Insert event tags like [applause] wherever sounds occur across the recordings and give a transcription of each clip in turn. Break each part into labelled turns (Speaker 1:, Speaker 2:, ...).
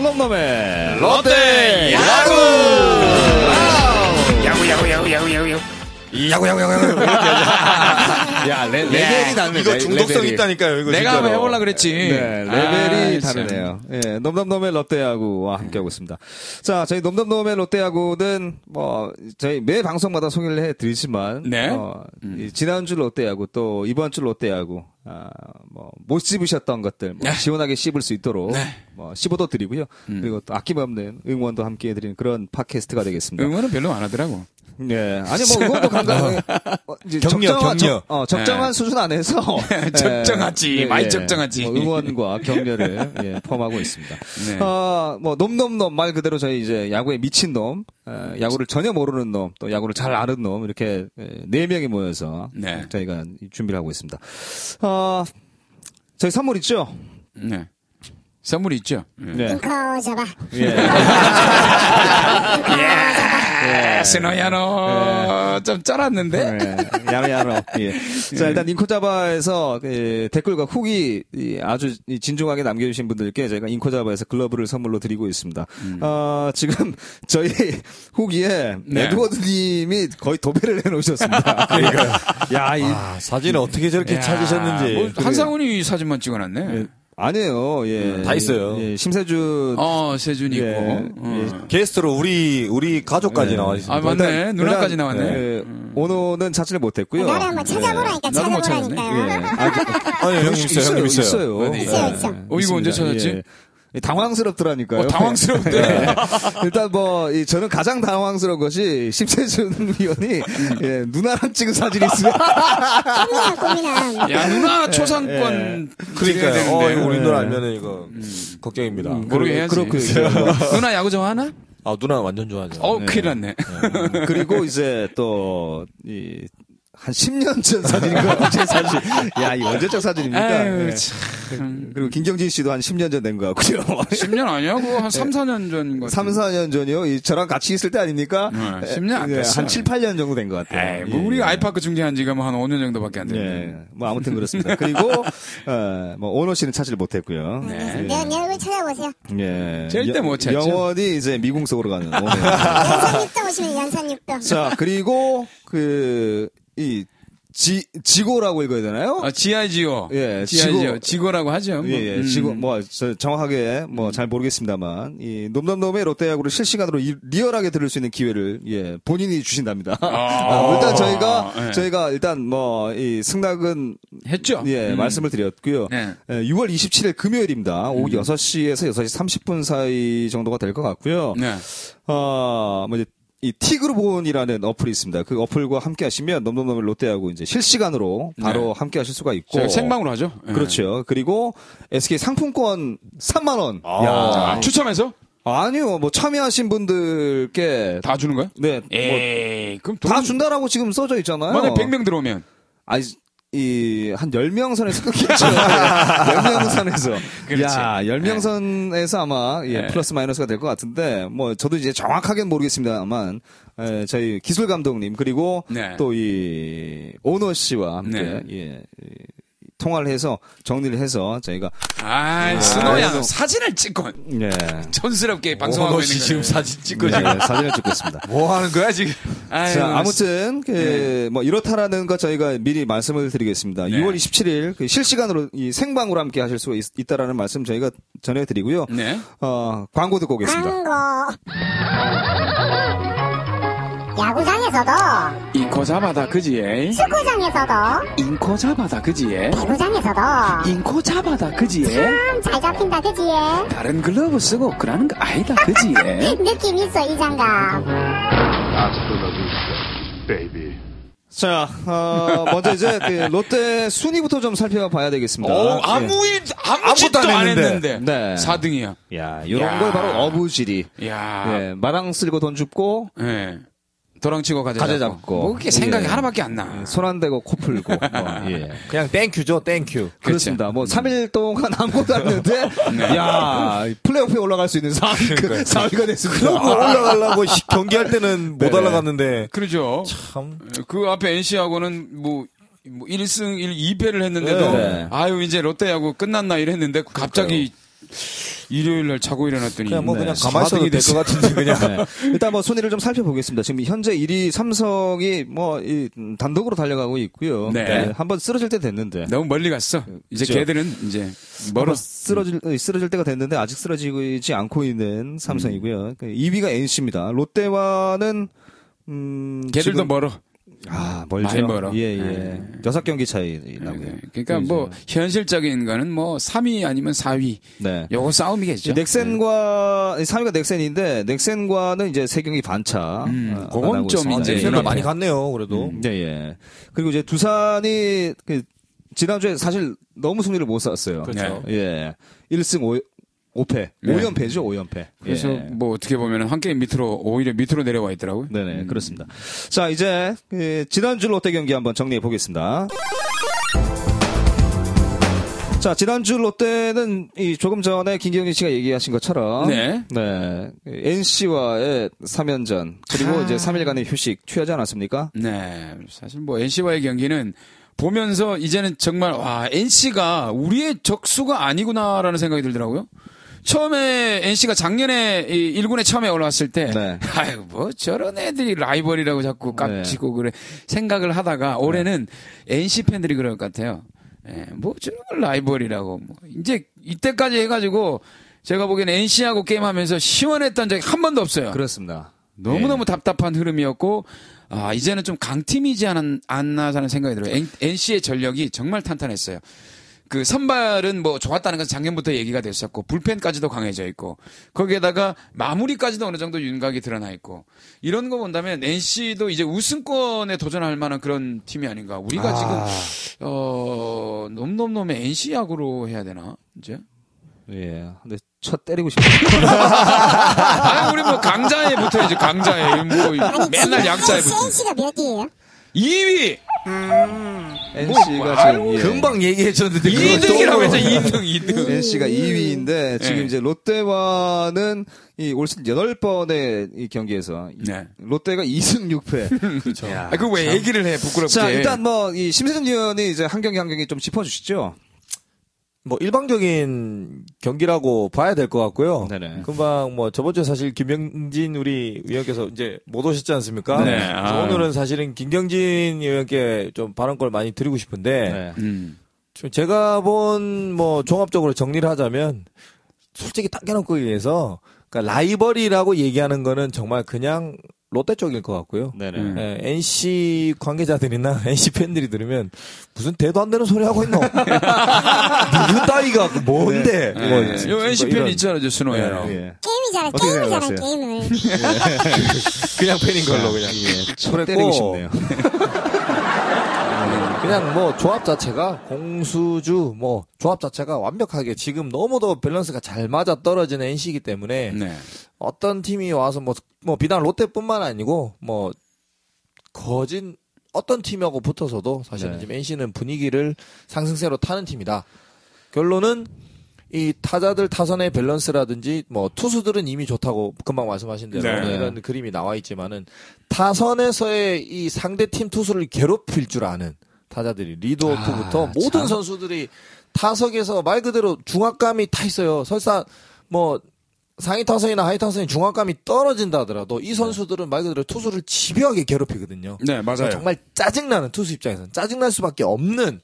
Speaker 1: 처음에 롯데 야구
Speaker 2: 야구 야구 야구 야구 야구 야구.
Speaker 1: 야구 야구 야구 야구 이렇게
Speaker 2: [laughs]
Speaker 1: 하자. 야 레, 레벨이 다르네
Speaker 3: 이거
Speaker 1: 레-
Speaker 3: 중독성
Speaker 1: 레벨이.
Speaker 3: 있다니까요, 이거.
Speaker 2: 내가
Speaker 3: 진짜로.
Speaker 2: 한번 해보려 그랬지.
Speaker 1: 네, 레벨이
Speaker 2: 아, 진짜.
Speaker 1: 다르네요. 예, 넘넘넘의 롯데야구와 함께하고 있습니다. 자, 저희 넘넘넘의 롯데야구는 뭐 저희 매 방송마다 소개를 해드리지만,
Speaker 2: 네.
Speaker 1: 어, 이 지난주 롯데야구 또 이번 주 롯데야구 아, 뭐못 씹으셨던 것들 뭐
Speaker 2: 네. 음.
Speaker 1: 시원하게 씹을 수 있도록 뭐 씹어도 드리고요. 그리고 또 아낌없는 응원도 함께해드리는 그런 팟캐스트가 되겠습니다.
Speaker 2: 응원은 별로 안 하더라고.
Speaker 1: 예. 아니 뭐 응원도
Speaker 2: [laughs]
Speaker 1: 간단해. 어, 이제
Speaker 3: 격려,
Speaker 1: 적정한,
Speaker 3: 격려.
Speaker 1: 적- 어, 적정한
Speaker 2: 예.
Speaker 1: 수준 안에서
Speaker 2: [laughs]
Speaker 1: 예,
Speaker 2: 네, 적정하지, 많이 적정하지.
Speaker 1: 뭐 응원과 격려를 예, 포함하고 있습니다.
Speaker 2: 네.
Speaker 1: 어, 뭐 놈놈놈 말 그대로 저희 이제 야구에 미친 놈, 에, 야구를 전혀 모르는 놈, 또 야구를 잘 아는 놈 이렇게 에, 네 명이 모여서
Speaker 2: 네.
Speaker 1: 저희가 준비를 하고 있습니다. 어, 저희 선물 있죠?
Speaker 2: 네. 선물이 있죠. 네.
Speaker 1: 네.
Speaker 4: 앵커 잡아.
Speaker 1: 예.
Speaker 2: 아,
Speaker 1: 네.
Speaker 2: 스노야 너좀 쩔었는데.
Speaker 1: 야로야로. 예. 자, 일단 인코자바에서 그 댓글과 후기 이 아주 이 진중하게 남겨주신 분들께 저희가 인코자바에서 글러브를 선물로 드리고 있습니다. 어, 지금 저희 후기에
Speaker 2: 음. 네.
Speaker 1: 에드워드님이 거의 도배를
Speaker 2: [laughs]
Speaker 1: 해놓으셨습니다. 그러니까요. 야, 이,
Speaker 3: 아, 사진을 어떻게 저렇게
Speaker 2: 야,
Speaker 3: 찾으셨는지.
Speaker 2: 뭐 한상훈이 사진만 찍어놨네.
Speaker 1: 예, 아니에요. 예.
Speaker 3: 다 있어요.
Speaker 1: 예, 심세준.
Speaker 2: 음, 어, 세준이
Speaker 1: 예,
Speaker 2: 있고.
Speaker 1: 예.
Speaker 2: 어.
Speaker 3: 게스트로 우리, 우리 가족까지 나와
Speaker 2: 아,
Speaker 3: 있습니다.
Speaker 2: 맞네.
Speaker 1: 일단-
Speaker 2: 누나까지
Speaker 1: 일단,
Speaker 2: 나왔네. 음.
Speaker 1: 예, 오노는 자체를 못했고요.
Speaker 4: 어, 나를 한번 뭐 찾아보라니까
Speaker 2: 예, 나도 못
Speaker 4: 찾아보라니까요.
Speaker 1: 예. 아, 그-
Speaker 3: 아니,
Speaker 2: 네,
Speaker 3: 형님 있어요,
Speaker 1: 있어요.
Speaker 3: 형님 있어요.
Speaker 4: 있어요, 있어요.
Speaker 1: 네,
Speaker 2: 어, 이거 언제
Speaker 1: 있습니다.
Speaker 2: 찾았지?
Speaker 1: 예. 당황스럽더라니까요.
Speaker 2: 어, 당황스럽대.
Speaker 1: 예. [laughs] 일단 뭐, 이 저는 가장 당황스러운 것이 심재준 [laughs] 위원이 예, 누나랑 찍은 사진이
Speaker 2: [laughs]
Speaker 1: 있어요.
Speaker 4: 꿈이나 꿈이나.
Speaker 1: 예.
Speaker 2: 예. 야, 누나 초상권. 드려야
Speaker 3: 그러니까요. 어, 이거
Speaker 2: 되는데.
Speaker 3: 우리 누나 알면은 이거 음. 걱정입니다.
Speaker 2: 모르게 해야지. 그렇죠.
Speaker 1: 그렇고요. 이제 뭐
Speaker 2: 누나 야구 좋아하나?
Speaker 3: 아, 누나 완전 좋아하죠.
Speaker 2: 어, 큰일 났네.
Speaker 1: 그리고 이제 또, 이, 한 10년 전 사진인 것 같아요, 제 사진. 야, 이 언제적 사진입니까?
Speaker 2: 아유,
Speaker 1: 예.
Speaker 2: 참.
Speaker 1: 그리고 김경진 씨도 한 10년 전 된 것 같고요. [laughs]
Speaker 2: 10년 아니야? 그거 한 3, 4년 전 거.
Speaker 1: 3, 4년 전이요? 이 저랑 같이 있을 때 아닙니까?
Speaker 2: 네, 10년 안
Speaker 1: 예,
Speaker 2: 됐어요.
Speaker 1: 한 7, 8년 정도 된 것 같아요.
Speaker 2: 에이, 뭐
Speaker 1: 예,
Speaker 2: 우리가
Speaker 1: 예.
Speaker 2: 아이파크 중계한 지가 뭐한 5년 정도밖에 안 됐는데.
Speaker 1: 예, 뭐 아무튼 그렇습니다.
Speaker 2: [laughs]
Speaker 1: 그리고 어, 뭐 오노 씨는 찾지를 못했고요.
Speaker 2: 네.
Speaker 4: 내, 내 얼굴 찾아보세요.
Speaker 1: 예,
Speaker 2: 절대
Speaker 1: 여-
Speaker 2: 못 찾죠. 아,
Speaker 1: 영원히 이제 미궁 속으로 가는.
Speaker 2: [laughs]
Speaker 1: 오노.
Speaker 4: 연산 육도 오시면 연산 육도.
Speaker 1: 자 그리고 그이 지고라고 읽어야 되나요?
Speaker 2: 아, 지아지오.
Speaker 1: 예,
Speaker 2: 지아지오.
Speaker 1: 지고.
Speaker 2: 지고라고 하죠. 뭐.
Speaker 1: 예, 예.
Speaker 2: 음.
Speaker 1: 지고 뭐 저- 정확하게 뭐 잘 모르겠습니다만 이 놈놈놈의 롯데야구를 실시간으로 이- 리얼하게 들을 수 있는 기회를 예 본인이 주신답니다. [laughs] 아, 일단 저희가
Speaker 2: 예.
Speaker 1: 저희가 일단 뭐 이 승낙은
Speaker 2: 했죠?
Speaker 1: 예,
Speaker 2: 음.
Speaker 1: 말씀을 드렸고요.
Speaker 2: 네. 음.
Speaker 1: 예, 6월 27일 금요일입니다. 오후 6시에서 6시 30분 사이 정도가 될 것 같고요.
Speaker 2: 네.
Speaker 1: 아, 뭐 이제 이 티그룹온이라는 어플이 있습니다. 그 어플과 함께 하시면 넘넘넘 롯데하고 이제 실시간으로 바로 함께 하실 수가 있고.
Speaker 2: 네. 저희가 생방으로 하죠. 예.
Speaker 1: 그렇죠. 그리고 SK 상품권 3만 원.
Speaker 2: 아, 추첨해서
Speaker 1: 아니요. 뭐 참여하신 분들께
Speaker 2: 다 주는 뭐, 거야?
Speaker 1: 네.
Speaker 2: 에이, 예, 그럼 돈...
Speaker 1: 다 준다라고 지금 써져 있잖아요.
Speaker 2: 만약에 100명 들어오면.
Speaker 1: 아니, 이, 한 10명 선에서
Speaker 2: [laughs]
Speaker 1: 끊겠죠. 10명 선에서.
Speaker 2: 그렇지. 예.
Speaker 1: 야, 10명 선에서 아마, 예,
Speaker 2: 네.
Speaker 1: 플러스 마이너스가 될 것 같은데, 뭐, 저도 이제 정확하게는 모르겠습니다만, 예, 저희 기술 감독님, 그리고
Speaker 2: 네.
Speaker 1: 또 이, 오너 씨와 함께,
Speaker 2: 네.
Speaker 1: 예, 이 통화를 해서, 정리를 해서, 저희가,
Speaker 2: 아이, 스노야, 너
Speaker 1: 그래서-
Speaker 2: 사진을 찍건.
Speaker 1: 예.
Speaker 2: 촌스럽게 방송하고 있는
Speaker 3: 씨
Speaker 2: 거야.
Speaker 3: 지금 사진 찍고
Speaker 1: 예,
Speaker 2: 그러니까.
Speaker 3: 지금.
Speaker 1: 사진을 찍고 있습니다.
Speaker 3: 뭐 하는 거야, 지금?
Speaker 2: 아유,
Speaker 1: 자, 아무튼 그, 뭐 이렇다라는 것 저희가 미리 말씀을 드리겠습니다.
Speaker 2: 네.
Speaker 1: 6월 27일 그 실시간으로 이 생방으로 함께 하실 수 있, 다라는 말씀 저희가 전해드리고요.
Speaker 2: 네.
Speaker 1: 어, 광고 듣고 오겠습니다.
Speaker 4: 광고. 야구장에서도,
Speaker 2: 인코 잡아다, 그지? 에이?
Speaker 4: 축구장에서도,
Speaker 2: 인코 잡아다, 그지? 에이?
Speaker 4: 배구장에서도
Speaker 2: 인코 잡아다, 그지? 에이?
Speaker 4: 참 잘 잡힌다 그지에. 예?
Speaker 2: 다른 글러브 쓰고 그러는 거 아니다, 그지? 예? 에이?
Speaker 4: [laughs] 느낌 있어 이 장갑.
Speaker 5: Hasta la vista, baby.
Speaker 1: 자, 어, 먼저 이제 그 롯데 순위부터 좀 살펴봐야 되겠습니다.
Speaker 2: 어, 아무 일, 아무 짓도 안 했는데.
Speaker 1: 네.
Speaker 2: 4등이야.
Speaker 1: 예. 야, 이런
Speaker 2: 야. 아.
Speaker 1: 걸 바로 어부지리.
Speaker 2: 야
Speaker 1: 예, 마랑 쓸고 돈 줍고
Speaker 2: 예. 도랑 치고 가재
Speaker 1: 가재
Speaker 2: 잡고.
Speaker 1: 잡고.
Speaker 2: 뭐 그게 생각이
Speaker 1: 예.
Speaker 2: 하나밖에 안 나.
Speaker 1: 손 안 대고 코 풀고. 뭐, 예.
Speaker 3: 아, 그냥 땡큐죠, 땡큐.
Speaker 1: 그렇습니다. 뭐
Speaker 2: 음.
Speaker 1: 3일 동안 아무것도 안
Speaker 2: [laughs]
Speaker 1: 했는데
Speaker 2: 네.
Speaker 1: 야, 플레이오프에 올라갈 수 있는 4위가, 4위가 됐습니다.
Speaker 3: 그러고 아,
Speaker 1: [laughs]
Speaker 3: 올라가려고 시- 경기할 때는 못
Speaker 1: 네.
Speaker 3: 올라갔는데.
Speaker 2: 그러죠.
Speaker 3: 참.
Speaker 2: 그 앞에 NC하고는 뭐, 뭐 1승 1, 2패를 했는데도
Speaker 1: 네.
Speaker 3: 예.
Speaker 2: 아유 이제 롯데하고 끝났나 이랬는데 갑자기 일요일 날 자고 일어났더니
Speaker 3: 그냥 뭐
Speaker 1: 네,
Speaker 3: 그냥 가만히 있어도 될 것 같은데 그냥
Speaker 1: 네. [laughs] 일단 뭐 순위를 좀 살펴보겠습니다. 지금 현재 1위 삼성이 뭐이 단독으로 달려가고 있고요.
Speaker 2: 네.
Speaker 1: 한번 쓰러질 때 됐는데.
Speaker 2: 너무 멀리 갔어. 이제
Speaker 1: 그죠.
Speaker 2: 걔들은 이제 멀어.
Speaker 3: 뭐
Speaker 1: 한번 쓰러질 쓰러질 때가 됐는데 아직 쓰러지지 않고 있는
Speaker 2: 음.
Speaker 1: 삼성이고요. 2위가 NC입니다. 롯데와는 음
Speaker 2: 걔들도
Speaker 1: 지금-
Speaker 2: 멀어.
Speaker 1: 아 멀죠.
Speaker 2: 많이 멀어.
Speaker 1: 예 예. 여섯 경기 차이 나고요.
Speaker 2: 네. 그러니까 뭐 현실적인 거는 뭐 3위 아니면 4위
Speaker 1: 네.
Speaker 2: 요거 싸움이겠죠. 네.
Speaker 1: 이 넥센과 3위가 넥센인데 넥센과는 이제 세 경기 반차.
Speaker 2: 음,
Speaker 1: 어,
Speaker 2: 그건
Speaker 1: 나가고
Speaker 2: 좀
Speaker 1: 있습니다.
Speaker 2: 이제
Speaker 1: 예,
Speaker 2: 네.
Speaker 3: 넥센도
Speaker 2: 네.
Speaker 3: 많이 갔네요 그래도
Speaker 1: 예, 예. 그리고 이제 두산이 그 지난주에 사실 너무 승리를 못 쌌어요.
Speaker 3: 그렇죠.
Speaker 1: 예. 1승 5, 오패
Speaker 2: 네.
Speaker 1: 5연패죠, 5연패.
Speaker 2: 그래서
Speaker 1: 예.
Speaker 2: 뭐 어떻게 보면 한 게임 밑으로 오히려 밑으로 내려와 있더라고요.
Speaker 1: 네네, 그렇습니다. 자, 이제 그 지난주 롯데 경기 한번 정리해 보겠습니다. 자, 지난주 롯데는 이 조금 전에 김경진 씨가 얘기하신 것처럼 그
Speaker 2: 네.
Speaker 1: NC와의 3연전 그리고
Speaker 2: 아.
Speaker 1: 이제 3일간의 휴식 취하지 않았습니까?
Speaker 2: 네. 사실 뭐 NC와의 경기는 보면서 이제는 정말 와, NC가 우리의 적수가 아니구나라는 생각이 들더라고요. 처음에 NC가 작년에 1군에 처음에 올라왔을 때
Speaker 1: 네.
Speaker 2: [laughs] 아유 뭐 저런 애들이 라이벌이라고 자꾸 깝치고 그래 생각을 하다가 올해는 NC 팬들이 그럴 것 같아요. 예, 뭐 저런 걸 라이벌이라고 뭐 이제 이때까지 해 가지고 제가 보기에는 NC하고 게임하면서 시원했던 적이 한 번도 없어요.
Speaker 1: 그렇습니다.
Speaker 2: 너무너무 답답한 흐름이었고 아 이제는 좀 강팀이지 않- 않나 하는 생각이 들어요. NC의 전력이 정말 탄탄했어요. 그 선발은 뭐 좋았다는 건 작년부터 얘기가 됐었고 불펜까지도 강해져 있고 거기에다가 마무리까지도 어느 정도 윤곽이 드러나 있고 이런 거 본다면 NC도 이제 우승권에 도전할 만한 그런 팀이 아닌가. 우리가 지금 어 넘넘넘의 NC 야구로 해야 되나 이제?
Speaker 1: 예. 근데 첫 때리고 [laughs] 싶어요.
Speaker 2: 아 우리 뭐 강자에 붙어야지 강자에 뭐 맨날 약자에 붙어.
Speaker 4: NC가 아, 몇이에요?
Speaker 2: 2위
Speaker 1: NC가 지금 예.
Speaker 3: 금방 얘기해줬는데 그걸 또
Speaker 2: 2등이라고 했죠
Speaker 3: 물어봐.
Speaker 2: 2등
Speaker 1: [laughs]
Speaker 2: 2등
Speaker 1: NC가 2위인데 지금
Speaker 2: 네. 시즌
Speaker 1: 이제 롯데와는 이올 시즌 8번의 이 경기에서 이-
Speaker 2: 네.
Speaker 1: 롯데가 [laughs] 2승 6패.
Speaker 2: 아, 그거 왜 얘기를 해 부끄럽게
Speaker 1: 자, 일단 뭐 이 심세준 위원이 이제 한 경기 한 경기 좀 짚어 주시죠.
Speaker 3: 뭐 일방적인 경기라고 봐야 될 것 같고요.
Speaker 1: 네네.
Speaker 3: 금방 뭐 저번 주에 사실 김영진 우리 의원께서 이제 못 오셨지 않습니까?
Speaker 2: 네,
Speaker 3: 그래서
Speaker 2: 아유.
Speaker 3: 오늘은 사실은 김경진 의원께 좀 발언권 많이 드리고 싶은데
Speaker 1: 네.
Speaker 2: 음.
Speaker 3: 좀 제가 본 뭐 종합적으로 정리를 하자면 솔직히 닦여놓고 위해서 그러니까 라이벌이라고 얘기하는 거는 정말 그냥 롯데 쪽일 것 같고요.
Speaker 1: 네네.
Speaker 2: 음.
Speaker 3: 예, NC 관계자들이나 [laughs] NC 팬들이 들으면 무슨 대도 안 되는 소리 하고 있노? [laughs] 누구 따위가 그 뭔데? 뭐
Speaker 2: 예. 요 NC 팬
Speaker 3: 이런 네,
Speaker 2: 있잖아요 저 스노야랑
Speaker 1: 예.
Speaker 4: 게임이잖아,
Speaker 1: 어떻게
Speaker 4: 게임을 잘해,
Speaker 1: 생각하세요?
Speaker 4: 게임을.
Speaker 3: 그냥 팬인 걸로 그냥
Speaker 1: 첫 때리고
Speaker 3: 그랬고,
Speaker 1: 싶네요.
Speaker 3: 그냥 뭐 조합 자체가 공수주 뭐 조합 자체가 완벽하게 지금 너무도 밸런스가 잘 맞아 떨어지는 NC이기 때문에
Speaker 2: 네.
Speaker 3: 어떤 팀이 와서 뭐, 뭐 비단 롯데뿐만 아니고 뭐 거진 어떤 팀하고 붙어서도 사실은
Speaker 1: 네.
Speaker 3: 지금 NC는 분위기를 상승세로 타는 팀이다. 결론은 이 타자들 타선의 밸런스라든지 뭐 투수들은 이미 좋다고 금방 말씀하신 대로
Speaker 2: 네.
Speaker 3: 이런 그림이 나와 있지만은 타선에서의 이 상대 팀 투수를 괴롭힐 줄 아는 타자들이 리드오프부터
Speaker 2: 아,
Speaker 3: 모든
Speaker 2: 참.
Speaker 3: 선수들이 타석에서 말 그대로 중압감이 타 있어요. 설사 뭐 상위 타선이나 하위 타선이 중압감이 떨어진다 하더라도 이 선수들은 말 그대로 투수를 집요하게 괴롭히거든요. 그러니까
Speaker 2: 네 맞아요
Speaker 3: 정말 짜증나는 투수 입장에서는 짜증날 수밖에 없는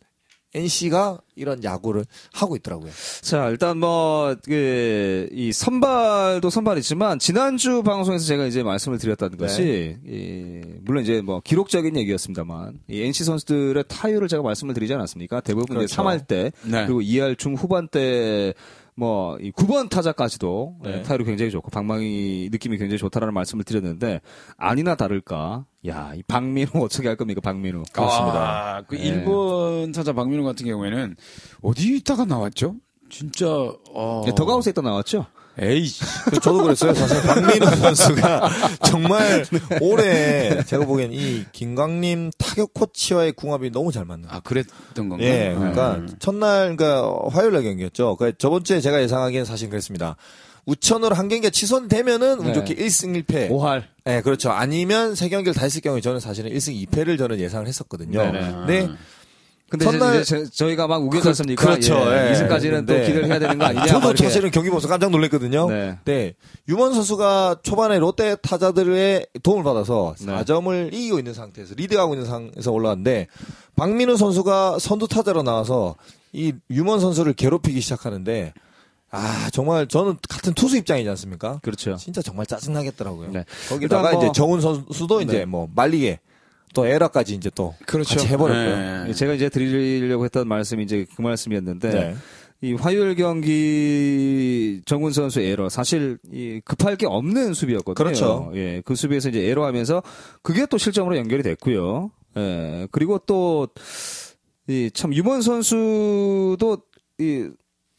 Speaker 3: NC가 이런 야구를 하고 있더라고요.
Speaker 1: 자, 일단 뭐, 그, 이 선발도 선발이지만, 지난주 방송에서 제가 이제 말씀을 드렸다는 것이, 이, 물론 이제 뭐, 기록적인 얘기였습니다만, 이 NC 선수들의 타율을 제가 말씀을 드리지 않았습니까? 대부분 이제
Speaker 3: 그렇죠.
Speaker 1: 3할 때,
Speaker 2: 네.
Speaker 1: 그리고 2할 중 후반 때, 뭐, 이 9번 타자까지도 예, 타율이 굉장히 좋고, 방망이 느낌이 굉장히 좋다라는 말씀을 드렸는데, 아니나 다를까, 야, 이 박민우 [laughs] 어떻게 할 겁니까, 박민우.
Speaker 2: 아,
Speaker 3: 네.
Speaker 2: 그 일본 타자 박민우 같은 경우에는 어디 있다가 나왔죠 진짜
Speaker 3: 네,
Speaker 2: 어...
Speaker 1: 예, 더가우스에 또 나왔죠?
Speaker 2: 에이
Speaker 3: 저도 그랬어요. 사실 [laughs] 박민우 선수가 정말 올해 제가 보기엔 이 김광림 타격 코치와의 궁합이 너무 잘 맞는
Speaker 2: 아 그랬던 건가 네.
Speaker 3: 예, 그러니까 첫날 그러니까 화요일 날 경기였죠. 그러니까 저번 주에 제가 예상하기엔 사실 그랬습니다. 우천으로 한 경기가 취소되면은 운
Speaker 1: 네.
Speaker 3: 좋게 1승 1패.
Speaker 1: 5할.
Speaker 3: 네, 그렇죠. 아니면 세 경기를 다 했을 경우에 저는 사실은 1승 2패를 저는 예상을 했었거든요.
Speaker 1: 네네.
Speaker 3: 근데
Speaker 1: 근데
Speaker 3: 선발-
Speaker 1: 이제 저- 저희가 막 우겨졌습니까?
Speaker 3: 그- 그렇죠. 예.
Speaker 1: 그러니까 이승까지는 또
Speaker 3: 네.
Speaker 1: 기대를 해야 되는 거 아니냐? 막
Speaker 3: 저도
Speaker 1: 이렇게.
Speaker 3: 사실은 경기 보면서 깜짝 놀랐거든요.
Speaker 1: 네.
Speaker 3: 네. 유먼 선수가 초반에 롯데 타자들의 도움을 받아서
Speaker 1: 네.
Speaker 3: 4점을 이기고 있는 상태에서 리드하고 있는 상에서 올라왔는데 박민우 선수가 선두 타자로 나와서 이 유먼 선수를 괴롭히기 시작하는데 아 정말 저는 같은 투수 입장이지 않습니까?
Speaker 1: 그렇죠.
Speaker 3: 진짜 정말 짜증나겠더라고요.
Speaker 1: 네.
Speaker 3: 거기다가
Speaker 1: 일단 뭐-
Speaker 3: 이제 정훈 선수도 이제
Speaker 1: 네.
Speaker 3: 뭐 말리게 또 에라까지 이제 또
Speaker 2: 그렇죠.
Speaker 3: 같이 해버렸고요.
Speaker 2: 네.
Speaker 1: 예. 제가 이제 드리려고 했던 말씀이 이제 그 말씀이었는데
Speaker 3: 네.
Speaker 1: 이 화요일 경기 정훈 선수 에러 사실 이 급할 게 없는 수비였거든요.
Speaker 3: 그렇죠.
Speaker 1: 예, 그 수비에서 이제 에러하면서 그게 또 실점으로 연결이 됐고요. 예, 그리고 또 이 참 유먼 선수도 이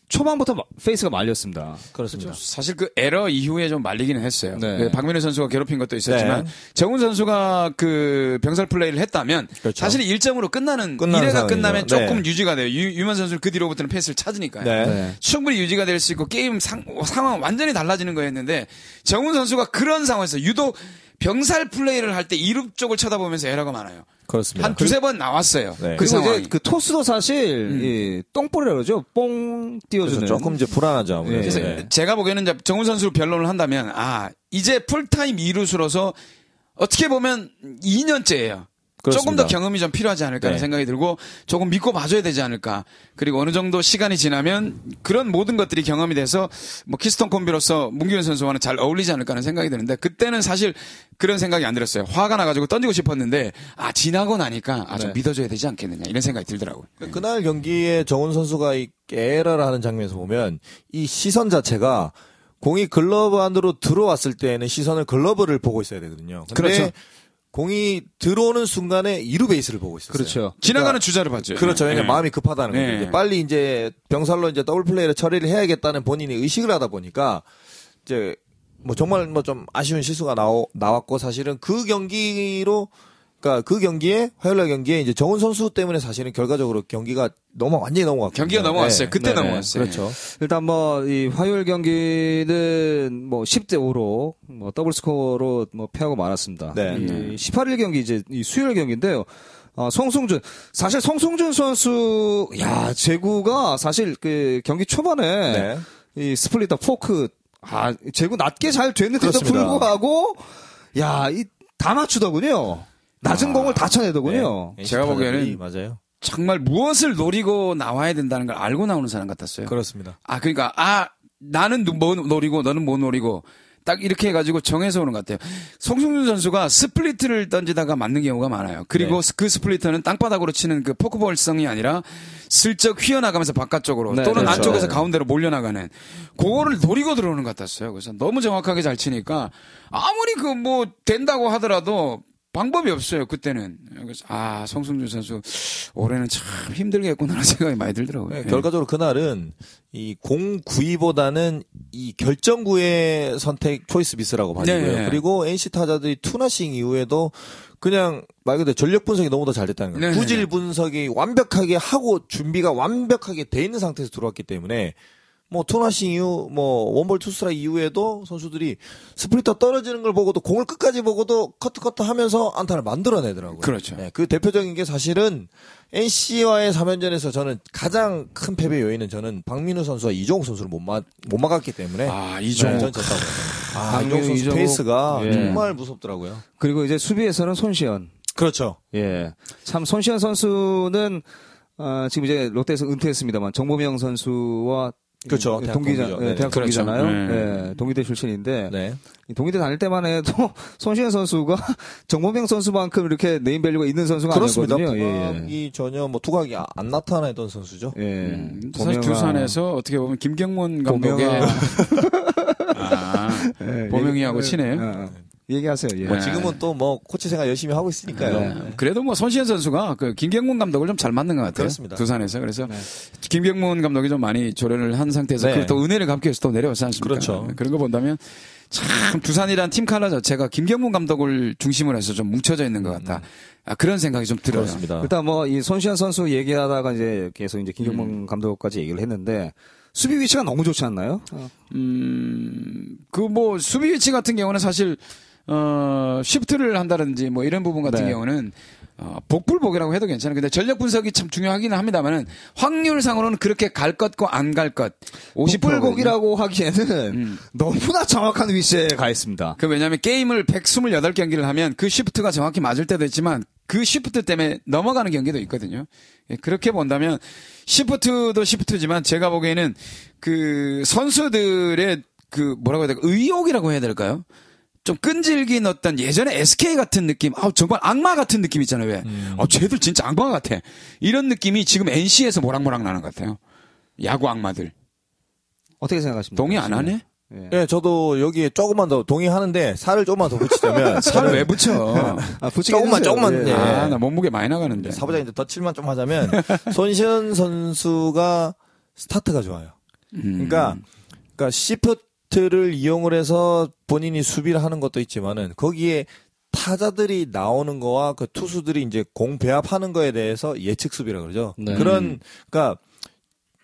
Speaker 1: 초반부터 마- 페이스가 말렸습니다.
Speaker 3: 그렇습니다.
Speaker 1: 그렇죠.
Speaker 2: 사실 그 에러 이후에 좀 말리기는 했어요.
Speaker 1: 네.
Speaker 2: 네, 박민우 선수가 괴롭힌 것도 있었지만
Speaker 3: 네.
Speaker 2: 정훈 선수가 그 병살 플레이를 했다면
Speaker 3: 그렇죠.
Speaker 2: 사실 1점으로 끝나는,
Speaker 3: 끝나는
Speaker 2: 1회가
Speaker 3: 상황이죠.
Speaker 2: 끝나면 조금
Speaker 3: 네.
Speaker 2: 유지가 돼요. 유, 유만 선수는 그 뒤로부터는 패스를 찾으니까요.
Speaker 3: 네.
Speaker 2: 충분히 유지가 될 수 있고 게임 상, 상황 완전히 달라지는 거였는데 정훈 선수가 그런 상황에서 유독 병살 플레이를 할 때 이륙 쪽을 쳐다보면서 에러가 많아요.
Speaker 3: 그렇습니다.
Speaker 2: 한 두세 번 나왔어요.
Speaker 3: 네. 음.
Speaker 2: 그
Speaker 1: 네, 그리고
Speaker 2: 상황이.
Speaker 1: 이제 그 토스도 사실 이 똥볼이라고 그러죠. 뽕
Speaker 3: 그래서
Speaker 1: 띄워주는.
Speaker 3: 조금 이제 불안하죠. 아무래도.
Speaker 1: 예.
Speaker 2: 그래서
Speaker 3: 네.
Speaker 2: 제가 보기에는 이제 정훈 선수 변론을 한다면 아 이제 풀타임 이루수로서 어떻게 보면 2년째예요. 조금
Speaker 3: 그렇습니다.
Speaker 2: 더 경험이 좀 필요하지 않을까 하는
Speaker 3: 네.
Speaker 2: 생각이 들고 조금 믿고 봐줘야 되지 않을까. 그리고 어느 정도 시간이 지나면 그런 모든 것들이 경험이 돼서 뭐 키스톤 콤비로서 문규현 선수와는 잘 어울리지 않을까 하는 생각이 드는데 그때는 사실 그런 생각이 안 들었어요. 화가 나가지고 던지고 싶었는데 아 지나고 나니까 아 좀
Speaker 3: 네.
Speaker 2: 믿어줘야 되지 않겠느냐 이런 생각이 들더라고요.
Speaker 3: 그날 경기에 정훈 선수가 이 에러를 하는 장면에서 보면 이 시선 자체가 공이 글러브 안으로 들어왔을 때에는 시선을 글러브를 보고 있어야 되거든요. 근데
Speaker 2: 그렇죠.
Speaker 3: 공이 들어오는 순간에 이루 베이스를 보고 있었어요.
Speaker 1: 그렇죠.
Speaker 2: 지나가는 주자를 봤죠.
Speaker 3: 그러니까 그렇죠. 왜냐
Speaker 2: 예.
Speaker 3: 면 마음이 급하다는 거죠.
Speaker 2: 네.
Speaker 3: 이제 빨리 이제 병살로 이제 더블 플레이를 처리를 해야겠다는 본인이 의식을 하다 보니까 이제 뭐 정말 뭐 좀 아쉬운 실수가 나오, 나왔고 사실은 그 경기로 그러니까 그 경기에 화요일 날 경기에 이제 정훈 선수 때문에 사실은 결과적으로 경기가 너무 완전히 넘어갔고
Speaker 2: 경기가 넘어갔어요. 그때 넘어갔어요.
Speaker 3: 그렇죠.
Speaker 1: 일단 뭐 이 화요일 경기는 뭐 10대 5로 뭐 더블 스코어로 뭐 패하고 말았습니다.
Speaker 3: 네.
Speaker 1: 이 18일 경기 이제 이 수요일 경기인데요. 아, 성승준 사실 성승준 선수 야 제구가 사실 그 경기 초반에
Speaker 3: 네.
Speaker 1: 이 스플리터 포크 아 제구 낮게 잘 됐는데도
Speaker 3: 그렇습니다.
Speaker 1: 불구하고 야이다 맞추더군요. 낮은 공을 다 쳐내더군요.
Speaker 3: 네.
Speaker 2: 제가 보기에는
Speaker 3: 맞아요.
Speaker 2: 정말 무엇을 노리고 나와야 된다는 걸 알고 나오는 사람 같았어요.
Speaker 3: 그렇습니다.
Speaker 2: 아, 그러니까, 아, 나는 누- 뭐 노리고, 너는 뭐 노리고. 딱 이렇게 해가지고 정해서 오는 것 같아요. 송승준 선수가 스플리트를 던지다가 맞는 경우가 많아요. 그리고
Speaker 1: 네.
Speaker 2: 그 스플리트는 땅바닥으로 치는 그 포크볼성이 아니라 슬쩍 휘어나가면서 바깥쪽으로
Speaker 1: 네,
Speaker 2: 또는
Speaker 1: 그렇죠.
Speaker 2: 안쪽에서 가운데로 몰려나가는 그거를 노리고 들어오는 것 같았어요. 그래서 너무 정확하게 잘 치니까 아무리 그 뭐 된다고 하더라도 방법이 없어요. 그때는. 그래서 아, 송승준 선수 올해는 참 힘들겠구나 하는 [laughs] 생각이 많이 들더라고요.
Speaker 3: 네,
Speaker 2: 예.
Speaker 3: 결과적으로 그날은 이 공구위보다는 이 결정구의 선택 초이스 미스라고 봐지고요.
Speaker 2: 네, 네.
Speaker 3: 그리고 NC 타자들이 투나싱 이후에도 그냥 말 그대로 전력 분석이 너무 더 잘 됐다는 거예요.
Speaker 2: 네, 네, 네.
Speaker 3: 구질 분석이 완벽하게 하고 준비가 완벽하게 돼 있는 상태에서 들어왔기 때문에 뭐 투나싱 이후 뭐 원볼 투스라 이후에도 선수들이 스프리터 떨어지는 걸 보고도 공을 끝까지 보고도 커트 커트 하면서 안타를 만들어내더라고요.
Speaker 2: 그렇죠.
Speaker 3: 네, 그 대표적인 게 사실은 NC와의 3연전에서 저는 가장 큰 패배 요인은 저는 박민우 선수와 이종욱 선수를 못, 막, 못 막았기 때문에
Speaker 2: 아,
Speaker 3: 네,
Speaker 2: 이종욱.
Speaker 3: 전 졌다고. 아,
Speaker 1: 박민우,
Speaker 3: 이종욱 선수
Speaker 1: 이종욱.
Speaker 3: 페이스가
Speaker 1: 예.
Speaker 3: 정말 무섭더라고요.
Speaker 1: 그리고 이제 수비에서는 손시현
Speaker 3: 그렇죠.
Speaker 1: 예. 참 손시현 선수는 아, 지금 이제 롯데에서 은퇴했습니다만 정보명 선수와
Speaker 3: 그렇죠.
Speaker 1: 이
Speaker 3: 대학
Speaker 1: 동기자,
Speaker 3: 동기죠.
Speaker 1: 예,
Speaker 3: 네.
Speaker 1: 대학
Speaker 2: 그렇죠.
Speaker 1: 동기잖아요.
Speaker 2: 네.
Speaker 1: 예, 동기대 출신인데
Speaker 3: 네.
Speaker 1: 이 동기대 다닐 때만 해도 [laughs] 손시현 선수가 [laughs] 정보명 선수만큼 이렇게 네임밸류가 있는 선수가
Speaker 3: 그렇습니다.
Speaker 1: 아니거든요.
Speaker 3: 투각이 전혀 뭐 투각이 아- 안 나타나던 선수죠.
Speaker 1: 예, 예.
Speaker 2: 음,
Speaker 1: 보명아-
Speaker 2: 사실 두산에서 어떻게 보면 김경문 감독의
Speaker 3: 보명아.
Speaker 2: [laughs] 아,
Speaker 1: 예,
Speaker 2: 보명이하고
Speaker 1: 예,
Speaker 2: 친해요?
Speaker 1: 어, 어. 얘기하세요. 예.
Speaker 3: 뭐 지금은 또 뭐 코치 생활 열심히 하고 있으니까요. 네.
Speaker 2: 그래도 뭐 손시현 선수가 그 김경문 감독을 좀 잘 맞는 것 같아요.
Speaker 3: 그렇습니다.
Speaker 2: 두산에서 그래서 김경문 감독이 좀 많이 조련을 한 상태에서
Speaker 3: 네.
Speaker 2: 그걸 또 은혜를 갚기 위해서 또 내려왔지 않습니까?
Speaker 3: 그렇죠.
Speaker 2: 런거 본다면 참 두산이란 팀 칼라 자체가 김경문 감독을 중심으로 해서 좀 뭉쳐져 있는 것 같다. 아, 그런 생각이 좀 들어요.
Speaker 3: 음. 그렇습니다.
Speaker 1: 일단 뭐 이 손시현 선수 얘기하다가 이제 계속 이제 김경문
Speaker 2: 음.
Speaker 1: 감독까지 얘기를 했는데 수비 위치가 너무 좋지 않나요?
Speaker 2: 음, 그 뭐 수비 위치 같은 경우는 사실 어, 쉬프트를 한다든지 뭐 이런 부분 같은
Speaker 1: 네.
Speaker 2: 경우는 어, 복불복이라고 해도 괜찮아요. 근데 전력 분석이 참 중요하기는 합니다만은 확률상으로는 그렇게 갈 것과 안 갈 것. 50% 거든요.
Speaker 1: 복불복이라고 음. 하기에는 너무나 정확한 위치에 가 있습니다.
Speaker 2: 그 왜냐하면 게임을 128경기를 하면 그 쉬프트가 정확히 맞을 때도 있지만 그 쉬프트 때문에 넘어가는 경기도 있거든요. 예, 그렇게 본다면 쉬프트도 쉬프트지만 제가 보기에는 그 선수들의 그 뭐라고 해야 될까 의욕이라고 해야 될까요? 좀 끈질긴 어떤 예전에 SK 같은 느낌, 아 정말 악마 같은 느낌 있잖아요. 왜?
Speaker 3: 음.
Speaker 2: 아 쟤들 진짜 악마 같아. 이런 느낌이 지금 NC에서 모락모락 나는 것 같아요. 야구 악마들
Speaker 1: 어떻게 생각하십니까?
Speaker 2: 동의 안 하네?
Speaker 3: 예, 저도 여기에 조금만 더 동의하는데 살을 조금만 더 붙이자면
Speaker 2: 살을 왜
Speaker 3: [laughs]
Speaker 2: 붙여?
Speaker 1: 아, 붙이게
Speaker 3: 조금만,
Speaker 1: 해주세요.
Speaker 3: 조금만, 예.
Speaker 2: 아 나 몸무게 많이 나가는데.
Speaker 3: 사부장 이제 덧칠만 좀 하자면 [laughs] 손시현 선수가 스타트가 좋아요. 그러니까 그러니까 시프트를 이용을 해서 본인이 수비를 하는 것도 있지만은 거기에 타자들이 나오는 거와 그 투수들이 이제 공 배합하는 거에 대해서 예측 수비라 그러죠.
Speaker 1: 네.
Speaker 3: 그런 그러니까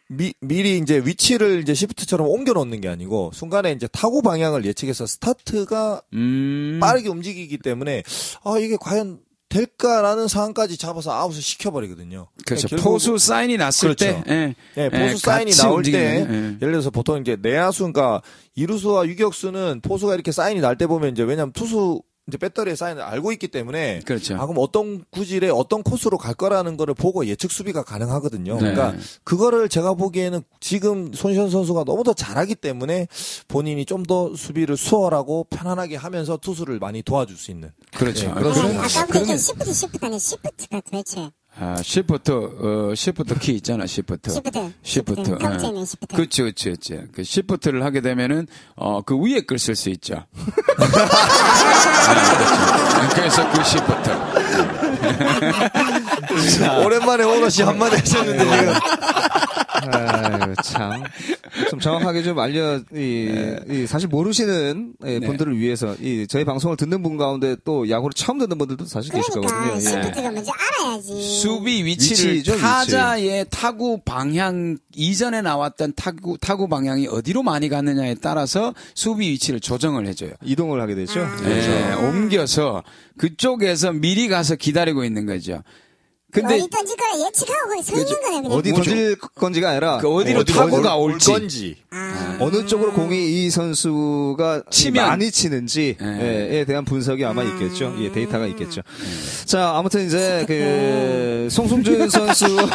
Speaker 3: 미, 미리 이제 위치를 이제 시프트처럼 옮겨 놓는 게 아니고 순간에 이제 타구 방향을 예측해서 스타트가
Speaker 2: 음.
Speaker 3: 빠르게 움직이기 때문에 아 이게 과연 될까라는 상황까지 잡아서 아웃을 시켜버리거든요.
Speaker 2: 그렇죠.
Speaker 3: 네, 결국-
Speaker 2: 포수 사인이 났을
Speaker 3: 그렇죠.
Speaker 2: 때, 예.
Speaker 3: 예, 포수
Speaker 2: 예,
Speaker 3: 사인이
Speaker 2: 같이
Speaker 3: 나올 때
Speaker 2: 움직이는,
Speaker 3: 예를
Speaker 2: 예.
Speaker 3: 들어서 보통 이제 내야수 그러니까 이루수와 유격수는 포수가 이렇게 사인이 날 때 보면 이제 왜냐면 투수 이제 배터리의 사인을 알고 있기 때문에
Speaker 2: 그렇죠.
Speaker 3: 아 그럼 어떤 구질에 어떤 코스로 갈 거라는 거를 보고 예측 수비가 가능하거든요.
Speaker 2: 네.
Speaker 3: 그러니까 그거를 제가 보기에는 지금 손시현 선수가 너무 더 잘하기 때문에 본인이 좀 더 수비를 수월하고 편안하게 하면서 투수를 많이 도와줄 수 있는
Speaker 2: 그렇죠.
Speaker 3: 예,
Speaker 4: 아니,
Speaker 3: 그런
Speaker 2: 그런-
Speaker 4: 아까부터
Speaker 2: 그런-
Speaker 4: 이게 시프트 시프트 아니 시프트가 도대체
Speaker 2: 아, 시프트, 어, 시프트 키 있잖아, 시프트.
Speaker 4: 시프트
Speaker 2: 시프트.
Speaker 4: 네, 가운데
Speaker 2: 예.
Speaker 4: 있는 시프트
Speaker 2: 그렇죠, 그렇죠, 그렇죠. 그 시프트를 하게 되면은, 어, 그 위에 글 쓸 수 [laughs] 있죠. 아, 그렇죠. 그래서 그 시프트.
Speaker 3: 오랜만에 오너 씨 한마디
Speaker 2: 네.
Speaker 3: 하셨는데 지금
Speaker 1: 아유, 참. 좀 정확하게 좀 알려, 이, 이 사실 모르시는 예, 분들을 위해서, 이, 저희 방송을 듣는 분 가운데 또 야구를 처음 듣는 분들도 사실 계실
Speaker 4: 그러니까
Speaker 1: 거거든요. 예.
Speaker 4: 시프트가 먼저 알아야지
Speaker 2: 수비 위치를
Speaker 1: 위치죠, 위치.
Speaker 2: 타자의 타구 방향 이전에 나왔던 타구 타구 방향이 어디로 많이 갔느냐에 따라서 수비 위치를 조정을 해줘요.
Speaker 1: 이동을 하게 되죠.
Speaker 4: 아.
Speaker 1: 그렇죠. 네.
Speaker 2: 예, 옮겨서 그쪽에서 미리 가서 기다리고 있는 거죠. 근데
Speaker 4: 어디 던질 거를 예측하고 거기 서 있는 거네 그냥
Speaker 1: 어디 던질 건지가 아니라,
Speaker 2: 그 어디로
Speaker 1: 뭐 어디로
Speaker 2: 타구가
Speaker 3: 올
Speaker 2: 올지.
Speaker 3: 건지
Speaker 1: 어느 쪽으로 공이 이 선수가
Speaker 2: 네. 치면.
Speaker 1: 많이 치는지에
Speaker 2: 예.
Speaker 1: 대한 분석이 아마 있겠죠. 예, 데이터가 있겠죠.
Speaker 2: 음. 네.
Speaker 1: 자, 아무튼 이제 그 송승준 선수와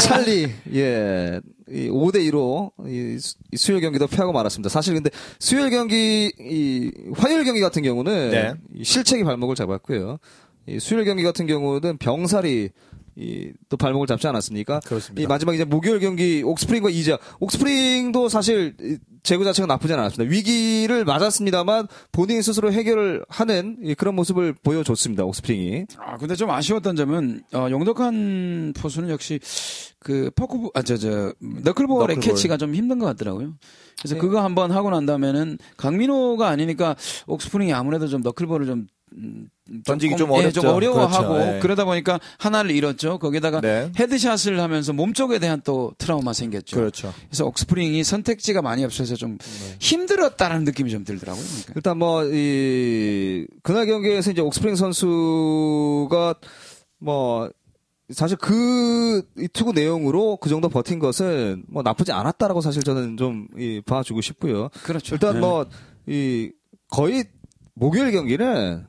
Speaker 1: 찰리 예. 5대 2로 수요일 경기도 패하고 말았습니다. 사실 근데 수요일 경기 이 화요일 경기 같은 경우는
Speaker 3: 네.
Speaker 1: 이 실책이 발목을 잡았고요. 이 수요일 경기 같은 경우는 병살이 이, 또 발목을 잡지 않았습니까?
Speaker 3: 그렇습니다.
Speaker 1: 이 마지막 이제 목요일 경기 옥스프링과 이자 옥스프링도 사실 이 제구 자체가 나쁘지 않았습니다. 위기를 맞았습니다만 본인 스스로 해결을 하는 이 그런 모습을 보여줬습니다. 옥스프링이
Speaker 2: 아 근데 좀 아쉬웠던 점은 어, 용덕한 포수는 역시 그 퍼크 아저 저 너클볼의
Speaker 1: 너클볼.
Speaker 2: 캐치가 좀 힘든 것 같더라고요. 그래서 그거 한번 하고 난 다음에는 강민호가 아니니까 옥스프링이 아무래도 좀 너클볼을 좀 음,
Speaker 3: 던지기 좀
Speaker 2: 예,
Speaker 3: 어렵죠.
Speaker 2: 어려워하고
Speaker 3: 그렇죠, 예.
Speaker 2: 그러다 보니까 하나를 잃었죠. 거기다가
Speaker 3: 네.
Speaker 2: 헤드샷을 하면서 몸쪽에 대한 또 트라우마 생겼죠.
Speaker 3: 그렇죠.
Speaker 2: 그래서 옥스프링이 선택지가 많이 없어서 좀 힘들었다라는 느낌이 좀 들더라고요. 그러니까.
Speaker 1: 일단 뭐 이 그날 경기에서 이제 옥스프링 선수가 뭐 사실 그 이 투구 내용으로 그 정도 버틴 것은 뭐 나쁘지 않았다라고 사실 저는 좀 이, 봐주고 싶고요.
Speaker 2: 그렇죠.
Speaker 1: 일단
Speaker 2: 예.
Speaker 1: 뭐 이 거의 목요일 경기는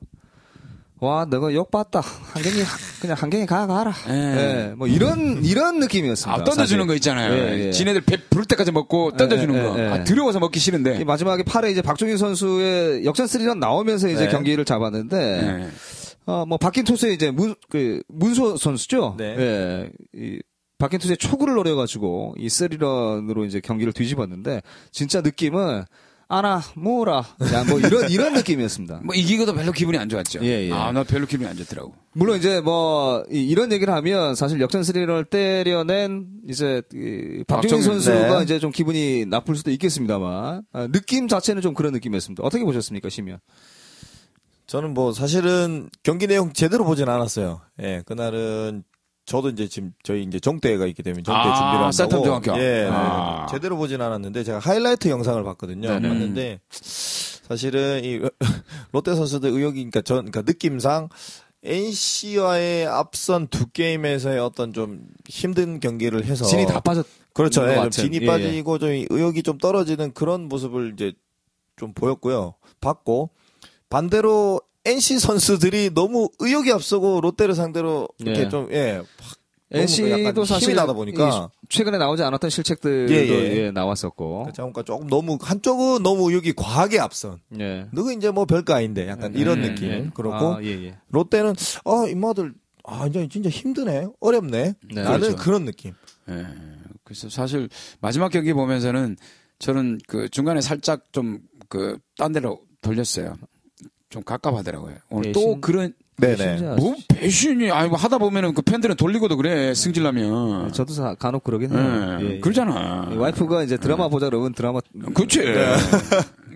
Speaker 1: 와 내가 욕 봤다 한 경기 그냥 한 경기 가 가라 네.
Speaker 2: 예.
Speaker 1: 예뭐 이런 이런 느낌이었습니다
Speaker 2: 아, 던져주는
Speaker 1: 사실.
Speaker 2: 거 있잖아요.
Speaker 1: 예, 예.
Speaker 2: 지네들 배 부를 때까지 먹고 던져주는
Speaker 1: 예, 예,
Speaker 2: 거.
Speaker 1: 예.
Speaker 2: 아, 두려워서 먹기
Speaker 1: 이
Speaker 2: 싫은데.
Speaker 1: 마지막에 팔에 이제 박종희 선수의 역전 스리런 나오면서 이제
Speaker 3: 네.
Speaker 1: 경기를 잡았는데
Speaker 2: 예.
Speaker 1: 어, 뭐, 박힌 투수의 이제 문, 그, 문소 선수죠?
Speaker 3: 네.
Speaker 1: 예. 이, 박힌 투수의 초구를 노려가지고, 이 쓰리런으로 이제 경기를 뒤집었는데, 진짜 느낌은, 아나, 모라. 야, 뭐,
Speaker 3: [laughs]
Speaker 1: 이런, 이런 느낌이었습니다.
Speaker 2: 뭐 이기고도 별로 기분이 안 좋았죠.
Speaker 1: 예, 예.
Speaker 2: 아, 나 별로 기분이 안 좋더라고.
Speaker 1: 물론 이제 뭐, 이, 런 얘기를 하면, 사실 역전 쓰리런을 때려낸, 이제, 이, 박종인
Speaker 2: 박종인,
Speaker 1: 선수가
Speaker 3: 네.
Speaker 1: 이제 좀 기분이 나쁠 수도 있겠습니다만, 아, 느낌 자체는 좀 그런 느낌이었습니다. 어떻게 보셨습니까, 시면?
Speaker 3: 저는 뭐 사실은 경기 내용 제대로 보진 않았어요. 예, 그날은 저도 이제 지금 저희 이제 정대가 있기 때문에 정대
Speaker 2: 아,
Speaker 3: 준비를 한다고.
Speaker 2: 사탐 중학교.
Speaker 3: 예, 네.
Speaker 2: 아.
Speaker 3: 제대로 보진 않았는데 제가 하이라이트 [laughs] 영상을 봤거든요. 봤는데 사실은 이 롯데 선수들 의혹이니까 전 그러니까 느낌상 NC와의 앞선 두 게임에서의 어떤 좀 힘든 경기를 해서
Speaker 1: 진이 다 빠졌.
Speaker 3: 그렇죠.
Speaker 1: 있는
Speaker 3: 예,
Speaker 1: 것
Speaker 3: 좀
Speaker 1: 같은.
Speaker 3: 진이
Speaker 1: 예,
Speaker 3: 빠지고 좀 의욕이 좀 떨어지는 그런 모습을 이제 좀 보였고요. 봤고 반대로 NC 선수들이 너무 의욕이 앞서고 롯데를 상대로 이렇게
Speaker 1: 예.
Speaker 3: 좀 예. 확 너무 약간
Speaker 1: NC도
Speaker 3: 힘이
Speaker 1: 사실
Speaker 3: 나다 보니까.
Speaker 1: 이 최근에 나오지 않았던 실책들도
Speaker 3: 예, 예.
Speaker 1: 예, 나왔었고.
Speaker 3: 그 자원과 조금 너무 한쪽은 너무 의욕이 과하게 앞선.
Speaker 1: 예.
Speaker 3: 누구 이제 뭐 별거 아닌데 약간 이런
Speaker 1: 음,
Speaker 3: 느낌.
Speaker 1: 예.
Speaker 3: 그렇고
Speaker 1: 아, 예, 예.
Speaker 3: 롯데는 아 인마들 아 이제 진짜 힘드네 어렵네
Speaker 1: 네,
Speaker 3: 나는
Speaker 1: 그렇죠.
Speaker 3: 그런 느낌.
Speaker 2: 예. 그래서 사실 마지막 경기 보면서는 저는 그 중간에 살짝 좀 그 딴 데로 돌렸어요. 좀 갑갑하더라고요. 오늘
Speaker 1: 예,
Speaker 2: 또
Speaker 1: 심-
Speaker 2: 그런
Speaker 3: 네네.
Speaker 1: 심지어
Speaker 2: 뭐 배신이 아니 뭐 하다 보면은 그 팬들은 돌리고도 그래 승질나면.
Speaker 1: 저도 사- 간혹 그러긴 해요.
Speaker 2: 예.
Speaker 1: 그렇죠. 예, 예.
Speaker 2: 그러잖아.
Speaker 1: 이 와이프가 네. 이제 드라마 보자 그러면 드라마
Speaker 2: 그렇지.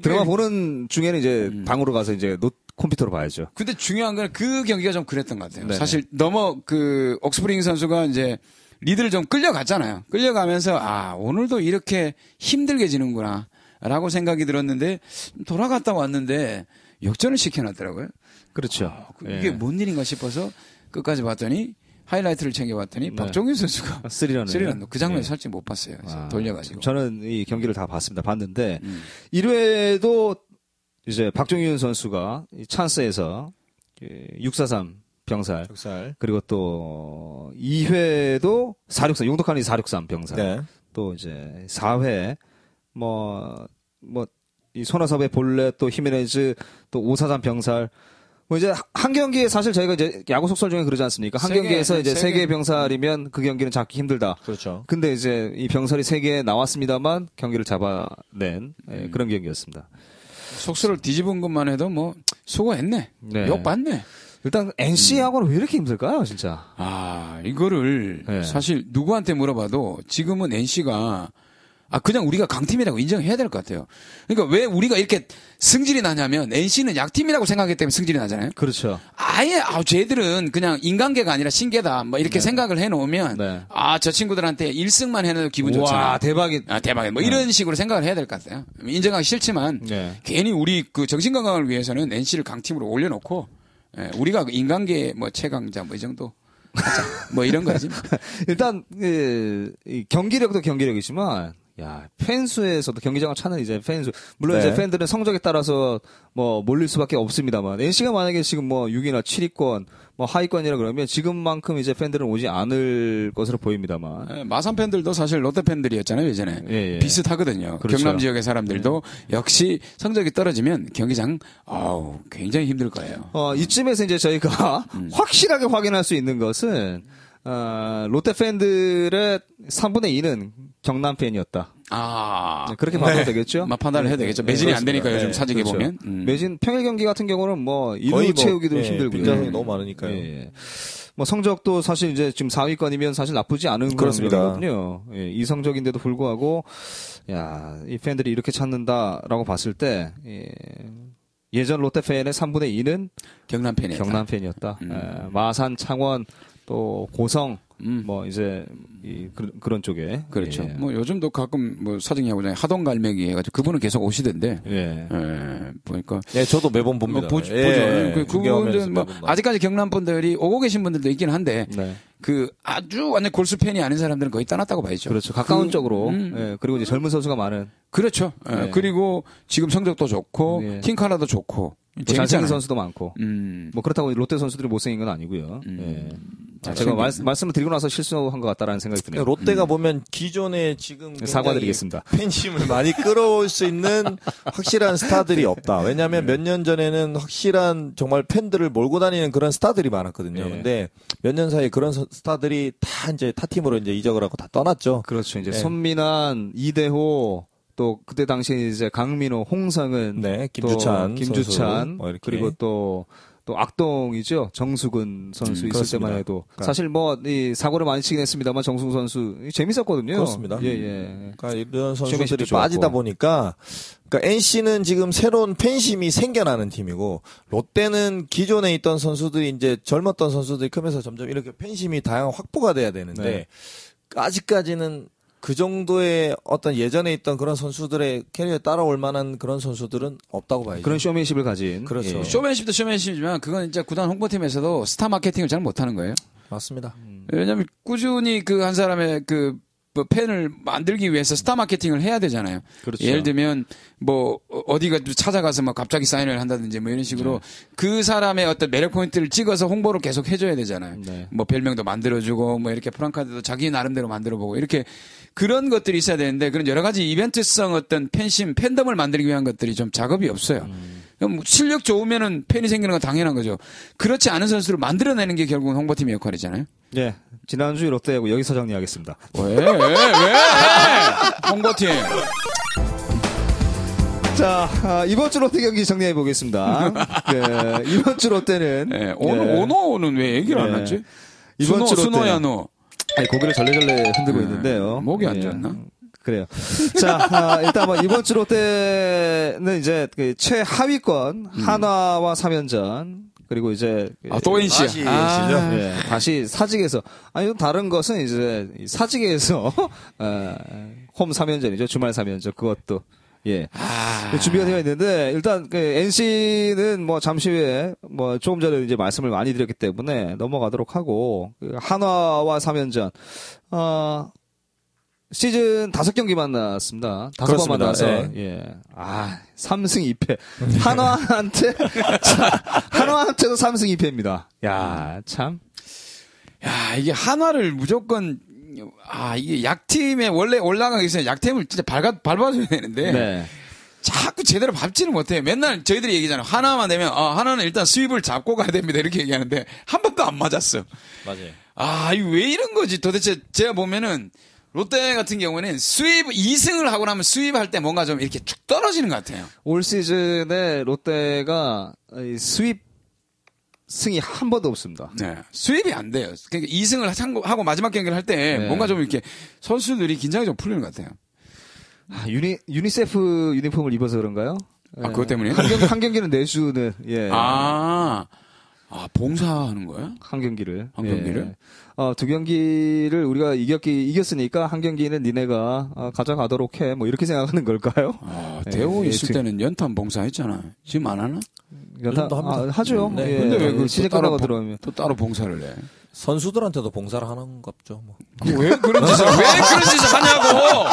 Speaker 1: 드라마 보는 중에는 이제 방으로 가서 이제 노, 컴퓨터로 봐야죠.
Speaker 2: 근데 중요한 건 그 경기가 좀 그랬던 것 같아요.
Speaker 1: 네네.
Speaker 2: 사실 넘어 그 옥스프링 선수가 이제 리드를 좀 끌려갔잖아요. 끌려가면서 아 오늘도 이렇게 힘들게 지는구나라고 생각이 들었는데 돌아갔다 왔는데 역전을 시켜놨더라고요.
Speaker 1: 그렇죠.
Speaker 2: 아, 그 이게 뭔 일인가 싶어서 끝까지 봤더니 하이라이트를 챙겨봤더니
Speaker 1: 네.
Speaker 2: 박종윤 선수가 [laughs]
Speaker 1: 스리런
Speaker 2: 스리런도 그
Speaker 1: 예.
Speaker 2: 장면 을 살짝 못 봤어요. 그래서
Speaker 1: 아,
Speaker 2: 돌려가지고.
Speaker 1: 저는 이 경기를 다 봤습니다. 봤는데 1회도 이제 박종윤 선수가 이 찬스에서 643 병살
Speaker 3: 살
Speaker 1: 그리고 또 2회도 463 용덕한이 463 병살
Speaker 3: 네.
Speaker 1: 또 이제 4회 뭐 뭐 이 손아섭의 본래 또 히메네즈 또 오사잔 병살 뭐 이제 한 경기에 사실 저희가 이제 야구 속설 중에 그러지 않습니까? 한
Speaker 2: 세 개,
Speaker 1: 경기에서 이제
Speaker 2: 세
Speaker 1: 세
Speaker 2: 개.
Speaker 1: 개의 병살이면 그 경기는 잡기 힘들다.
Speaker 3: 그렇죠.
Speaker 1: 근데 이제 이 병살이 세 개 나왔습니다만 경기를 잡아낸 예, 그런 경기였습니다.
Speaker 2: 속수를 뒤집은 것만 해도 뭐 수고했네.
Speaker 1: 네.
Speaker 2: 욕 받네.
Speaker 1: 일단 NC하고는 왜 이렇게 힘들까요, 진짜?
Speaker 2: 아, 이거를
Speaker 1: 네.
Speaker 2: 사실 누구한테 물어봐도 지금은 NC가 아, 그냥 우리가 강팀이라고 인정해야 될 것 같아요. 그러니까 왜 우리가 이렇게 승질이 나냐면 NC는 약팀이라고 생각했기 때문에 승질이 나잖아요.
Speaker 1: 그렇죠.
Speaker 2: 아예 아 쟤들은 그냥 인간계가 아니라 신계다 뭐 이렇게 생각을 해놓으면
Speaker 1: 네.
Speaker 2: 아 저 친구들한테 1승만 해도 기분
Speaker 1: 와
Speaker 2: 좋잖아
Speaker 1: 대박이.
Speaker 2: 아, 대박이야. 뭐 이런 식으로 생각을 해야 될 것 같아요. 인정하기 싫지만
Speaker 1: 네.
Speaker 2: 괜히 우리 그 정신 건강을 위해서는 NC를 강팀으로 올려놓고 예, 우리가 그 인간계 뭐 최강자 뭐 이 정도 하자. 뭐
Speaker 1: [laughs]
Speaker 2: 이런 거지.
Speaker 1: 일단 예, 이 경기력도 경기력이지만 야 팬수에서도 경기장을 찾는 이제 팬수 물론
Speaker 3: 네.
Speaker 1: 이제 팬들은 성적에 따라서 뭐 몰릴 수밖에 없습니다만 NC가 만약에 지금 뭐 6위나 7위권 뭐 하위권이라 그러면 지금만큼 이제 팬들은 오지 않을 것으로 보입니다만
Speaker 2: 예, 마산 팬들도 사실 롯데 팬들이었잖아요 예전에
Speaker 1: 예, 예.
Speaker 2: 비슷하거든요.
Speaker 1: 그렇죠. 예.
Speaker 2: 경남 지역의 사람들도 역시 성적이 떨어지면 경기장 아우 굉장히 힘들 거예요.
Speaker 1: 어 이쯤에서 이제 저희가 [laughs]
Speaker 3: 음.
Speaker 1: 확실하게 확인할 수 있는 것은 어, 롯데 팬들의 3분의 2는 경남 팬이었다. 네,
Speaker 2: 아
Speaker 1: 그렇게 봐도 되겠죠?
Speaker 2: 막 판단을 해야 되겠죠. 매진이 안 되니까 요즘
Speaker 3: 네,
Speaker 2: 사직에
Speaker 1: 네, 그렇죠.
Speaker 2: 보면 음.
Speaker 1: 매진 평일 경기 같은 경우는 뭐
Speaker 3: 거의
Speaker 1: 일루
Speaker 3: 뭐,
Speaker 1: 채우기도
Speaker 3: 예,
Speaker 1: 힘들고요.
Speaker 3: 빈자성이
Speaker 1: 예.
Speaker 3: 너무 많으니까요.
Speaker 1: 예, 예. 뭐 성적도 사실 이제 지금 4위권이면 사실 나쁘지 않은
Speaker 3: 그렇습니다.
Speaker 1: 거거든요. 예, 이 성적인데도 불구하고 야, 이 팬들이 이렇게 찾는다라고 봤을 때 예, 전 롯데 팬의 3분의 2는
Speaker 2: 경남 팬이
Speaker 1: 경남 팬이었다. 예, 마산, 창원, 또 고성
Speaker 2: 음.
Speaker 1: 뭐 이제 이 그런, 그런 쪽에
Speaker 2: 그렇죠.
Speaker 1: 예.
Speaker 2: 뭐 요즘도 가끔 뭐 사정 야구장에 하동 갈매기 해가지고 그분은 계속 오시던데.
Speaker 1: 예.
Speaker 2: 예, 보니까
Speaker 3: 예, 저도 매번
Speaker 2: 뭐
Speaker 3: 봅니다.
Speaker 2: 보죠.
Speaker 3: 예,
Speaker 2: 보죠.
Speaker 3: 예,
Speaker 2: 그
Speaker 3: 중계화면에서
Speaker 2: 그분들 뭐
Speaker 3: 매번 봐요.
Speaker 2: 아직까지 경남 분들이 오고 계신 분들도 있긴 한데
Speaker 1: 네.
Speaker 2: 그 아주 완전 골수 팬이 아닌 사람들은 거의 떠났다고 봐야죠.
Speaker 1: 그렇죠. 가까운
Speaker 2: 그-
Speaker 1: 쪽으로.
Speaker 2: 음.
Speaker 1: 예, 그리고 이제 젊은 선수가 많은
Speaker 2: 그렇죠. 예,
Speaker 1: 네.
Speaker 2: 그리고 지금 성적도 좋고
Speaker 1: 네.
Speaker 2: 팀 컬러도 좋고
Speaker 1: 또 잘생긴
Speaker 2: 재밌잖아요.
Speaker 1: 선수도 많고.
Speaker 2: 음.
Speaker 1: 뭐 그렇다고 롯데 선수들이 못생긴 건 아니고요. 예. 아, 제가
Speaker 2: 잘생긴-
Speaker 1: 말, 말씀을 드리고 나서 실수한 것 같다라는 생각이 드네요.
Speaker 3: 그러니까 롯데가 보면 기존에 지금 굉장히
Speaker 1: 음. 사과드리겠습니다.
Speaker 3: 팬심을 많이 끌어올 수
Speaker 1: [laughs]
Speaker 3: 있는 확실한
Speaker 1: 네.
Speaker 3: 스타들이 없다. 왜냐하면 몇 년 전에는 확실한 정말 팬들을 몰고 다니는 그런 스타들이 많았거든요.
Speaker 1: 예.
Speaker 3: 근데 몇 년 사이에 그런 서- 스타들이 다 이제 타 팀으로 이제 이적을 하고 다 떠났죠.
Speaker 1: 그렇죠. 이제
Speaker 3: 네.
Speaker 1: 손민환, 이대호 또 그때 당시 이제 강민호, 홍성은,
Speaker 3: 네,
Speaker 1: 또
Speaker 3: 김주찬 선수,
Speaker 1: 김주찬
Speaker 3: 뭐 이렇게.
Speaker 1: 그리고 또. 또 악동이죠 정수근 선수
Speaker 3: 음,
Speaker 1: 있을
Speaker 3: 그렇습니다.
Speaker 1: 때만 해도
Speaker 3: 그러니까-
Speaker 1: 사실 뭐 이 사고를 많이 치긴 했습니다만 정승 선수 재밌었거든요.
Speaker 3: 그렇습니다.
Speaker 1: 예 예.
Speaker 3: 그러니까 이런
Speaker 1: 쇼맨십도
Speaker 3: 선수들이
Speaker 1: 좋았고.
Speaker 3: 빠지다 보니까 그러니까 NC는 지금 새로운 팬심이 생겨나는 팀이고 롯데는 기존에 있던 선수들이 이제 젊었던 선수들이 크면서 점점 이렇게 팬심이 다양한 확보가 돼야 되는데
Speaker 1: 네.
Speaker 3: 아직까지는 그 정도의 어떤 예전에 있던 그런 선수들의 캐리어에 따라올 만한 그런 선수들은 없다고 봐야죠.
Speaker 1: 예. 그런 쇼맨십을 가진
Speaker 3: 그렇죠.
Speaker 1: 예.
Speaker 2: 쇼맨십도 쇼맨십이지만 그건 진짜 구단 홍보팀에서도 스타 마케팅을 잘 못하는 거예요.
Speaker 3: 맞습니다.
Speaker 1: 음.
Speaker 2: 왜냐하면 꾸준히 그 한 사람의 그뭐 팬을 만들기 위해서 스타 마케팅을 해야 되잖아요.
Speaker 1: 그렇죠.
Speaker 2: 예를 들면 뭐 어- 어디가 좀 찾아가서 막 갑자기 사인을 한다든지 뭐 이런 식으로
Speaker 1: 네.
Speaker 2: 그 사람의 어떤 매력 포인트를 찍어서 홍보를 계속 해줘야 되잖아요.
Speaker 1: 네.
Speaker 2: 뭐 별명도 만들어주고 뭐 이렇게 프랑카드도 자기 나름대로 만들어보고 이렇게 그런 것들이 있어야 되는데 그런 여러 가지 이벤트성 어떤 팬심 팬덤을 만들기 위한 것들이 좀 작업이 없어요.
Speaker 1: 음.
Speaker 2: 그럼 뭐 실력 좋으면은 팬이 생기는 건 당연한 거죠. 그렇지 않은 선수를 만들어내는 게 결국은 홍보팀의 역할이잖아요.
Speaker 1: 예. 지난주 롯데하고 여기서 정리하겠습니다.
Speaker 2: 왜? 왜? 왜? 홍보팀.
Speaker 1: 자, 아, 이번 주 롯데 경기 정리해
Speaker 2: [laughs]
Speaker 1: 보겠습니다. 네, 이번 주 롯데는
Speaker 2: 예, 오늘
Speaker 1: 예.
Speaker 2: 오너는 왜 얘기를 안
Speaker 1: 예.
Speaker 2: 하지?
Speaker 1: 이번
Speaker 2: 이번
Speaker 1: 주
Speaker 2: 순호,
Speaker 1: 롯데.
Speaker 2: 순호야 너.
Speaker 1: 아니, 네, 고개를 절레절레 흔들고
Speaker 2: 예,
Speaker 1: 있는데요.
Speaker 2: 목이 안
Speaker 1: 예.
Speaker 2: 좋나?
Speaker 1: 그래요. 자, 아, 일단 뭐 이번 주 롯데는 이제 그 최하위권 한화와 3연전 그리고 이제
Speaker 2: 음. 아, 또 NC.
Speaker 3: 다시
Speaker 2: 아,
Speaker 1: 예, 다시 사직에서 아니 좀 다른 것은 이제 이 사직에서 [laughs] 어, 홈 3연전이죠. 주말 3연전 그것도 예.
Speaker 3: 아.
Speaker 2: 아.
Speaker 1: 준비가 되어 있는데 일단 그 NC는 뭐 잠시 후에 뭐 조금 전에 이제 말씀을 많이 드렸기 때문에 넘어가도록 하고 그 한화와 3연전 어 시즌 다섯 경기 만났습니다. 다섯 번
Speaker 3: 그렇습니다.
Speaker 1: 만나서
Speaker 3: 예.
Speaker 1: 예. 아, 3승 2패. 한화한테 [laughs] 자, 한화한테도 3승 2패입니다. 야, 참.
Speaker 2: 야, 이게 한화를 무조건 아, 이게 약팀에 원래 올라가기 전에 약팀을 진짜 밟아, 밟아줘야 되는데
Speaker 1: 네.
Speaker 2: 자꾸 제대로 밟지는 못해요. 맨날 저희들이 얘기잖아요. 하나만 되면 아, 하나는 일단 스윕을 잡고 가야 됩니다. 이렇게 얘기하는데 한 번도 안 맞았어요.
Speaker 3: 맞아요.
Speaker 2: 아, 이 왜 이런 거지? 도대체 제가 보면은 롯데 같은 경우에는 수입 2승을 하고 나면 수입할 때 뭔가 좀 이렇게 쭉 떨어지는 것 같아요.
Speaker 1: 올 시즌에 롯데가 이 수입 승이 한 번도 없습니다.
Speaker 2: 네. 수입이 안 돼요. 그러니까 2승을 하고 마지막 경기를 할 때
Speaker 1: 네.
Speaker 2: 뭔가 좀 이렇게 선수들이 긴장이 좀 풀리는 것 같아요.
Speaker 1: 아, 유니 유니세프 유니폼을 입어서 그런가요? 예.
Speaker 2: 아, 그것 때문이에요?
Speaker 1: 한, 경기, 한 경기는 내주는 예.
Speaker 2: 아, 아, 봉사하는 거야?
Speaker 1: 한 경기를.
Speaker 2: 한 경기를?
Speaker 1: 예. 어, 두 경기를 우리가 이겼기, 이겼으니까 한 경기는 니네가 어, 가져가도록 해. 뭐 이렇게 생각하는 걸까요?
Speaker 2: 아,
Speaker 1: 예,
Speaker 2: 대호
Speaker 1: 예,
Speaker 2: 있을
Speaker 1: 지금-
Speaker 2: 때는 연탄 봉사했잖아. 지금 안 하나? 그
Speaker 1: 연타,
Speaker 3: 요즘도 합니다.
Speaker 1: 아, 하죠.
Speaker 3: 네.
Speaker 1: 예.
Speaker 2: 근데 왜그
Speaker 1: 시즌 끝나고 들어오면.
Speaker 2: 또 따로 봉사를 해?
Speaker 3: 선수들한테도 봉사를 하는 겁죠. 뭐.
Speaker 2: 왜 그런 짓을, [laughs] 왜 그런 짓을 하냐고!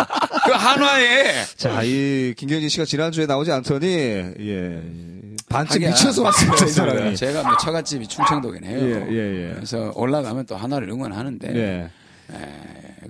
Speaker 2: 그 한화에!
Speaker 1: 자, 이 김경진 씨가 지난주에 나오지 않더니, 예. 반쯤
Speaker 2: 하긴, 아,
Speaker 1: 미쳐서 왔습니다, 이
Speaker 2: 그렇습니다.
Speaker 1: 사람이.
Speaker 2: 제가 뭐 처갓집이 충청도긴 해요.
Speaker 1: 예, 예, 예.
Speaker 2: 그래서 올라가면 또 하나를 응원하는데
Speaker 1: 예.
Speaker 2: 에,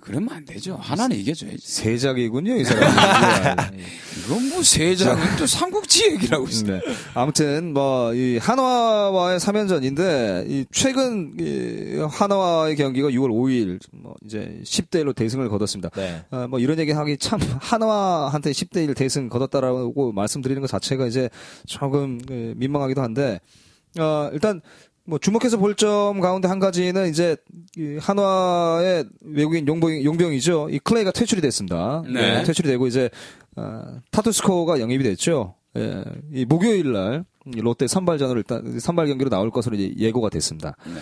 Speaker 2: 그러면 안 되죠. 하나는 이겨줘야지.
Speaker 1: 세작이군요, 이 사람. 예.
Speaker 2: 이건 뭐 세자는 또 삼국지 얘기라고
Speaker 1: [laughs]
Speaker 2: 있어.
Speaker 1: 네. 아무튼 뭐 이 한화와의 3연전인데 이 최근 이 한화와의 경기가 6월 5일 뭐 이제 10대 1로 대승을 거뒀습니다.
Speaker 3: 네.
Speaker 1: 아, 뭐 이런 얘기 하기 참 한화한테 10대 1 대승 거뒀다라고 말씀드리는 것 자체가 이제 조금 예, 민망하기도 한데 어, 일단 뭐 주목해서 볼 점 가운데 한 가지는 이제 이 한화의 외국인 용병, 용병이죠. 이 클레이가 퇴출이 됐습니다.
Speaker 2: 네.
Speaker 1: 예, 퇴출이 되고 이제 어, 타투스코가 영입이 됐죠. 예, 이 목요일 날 롯데 선발전으로 일단 선발 경기로 나올 것으로 이제 예고가 됐습니다.
Speaker 2: 네.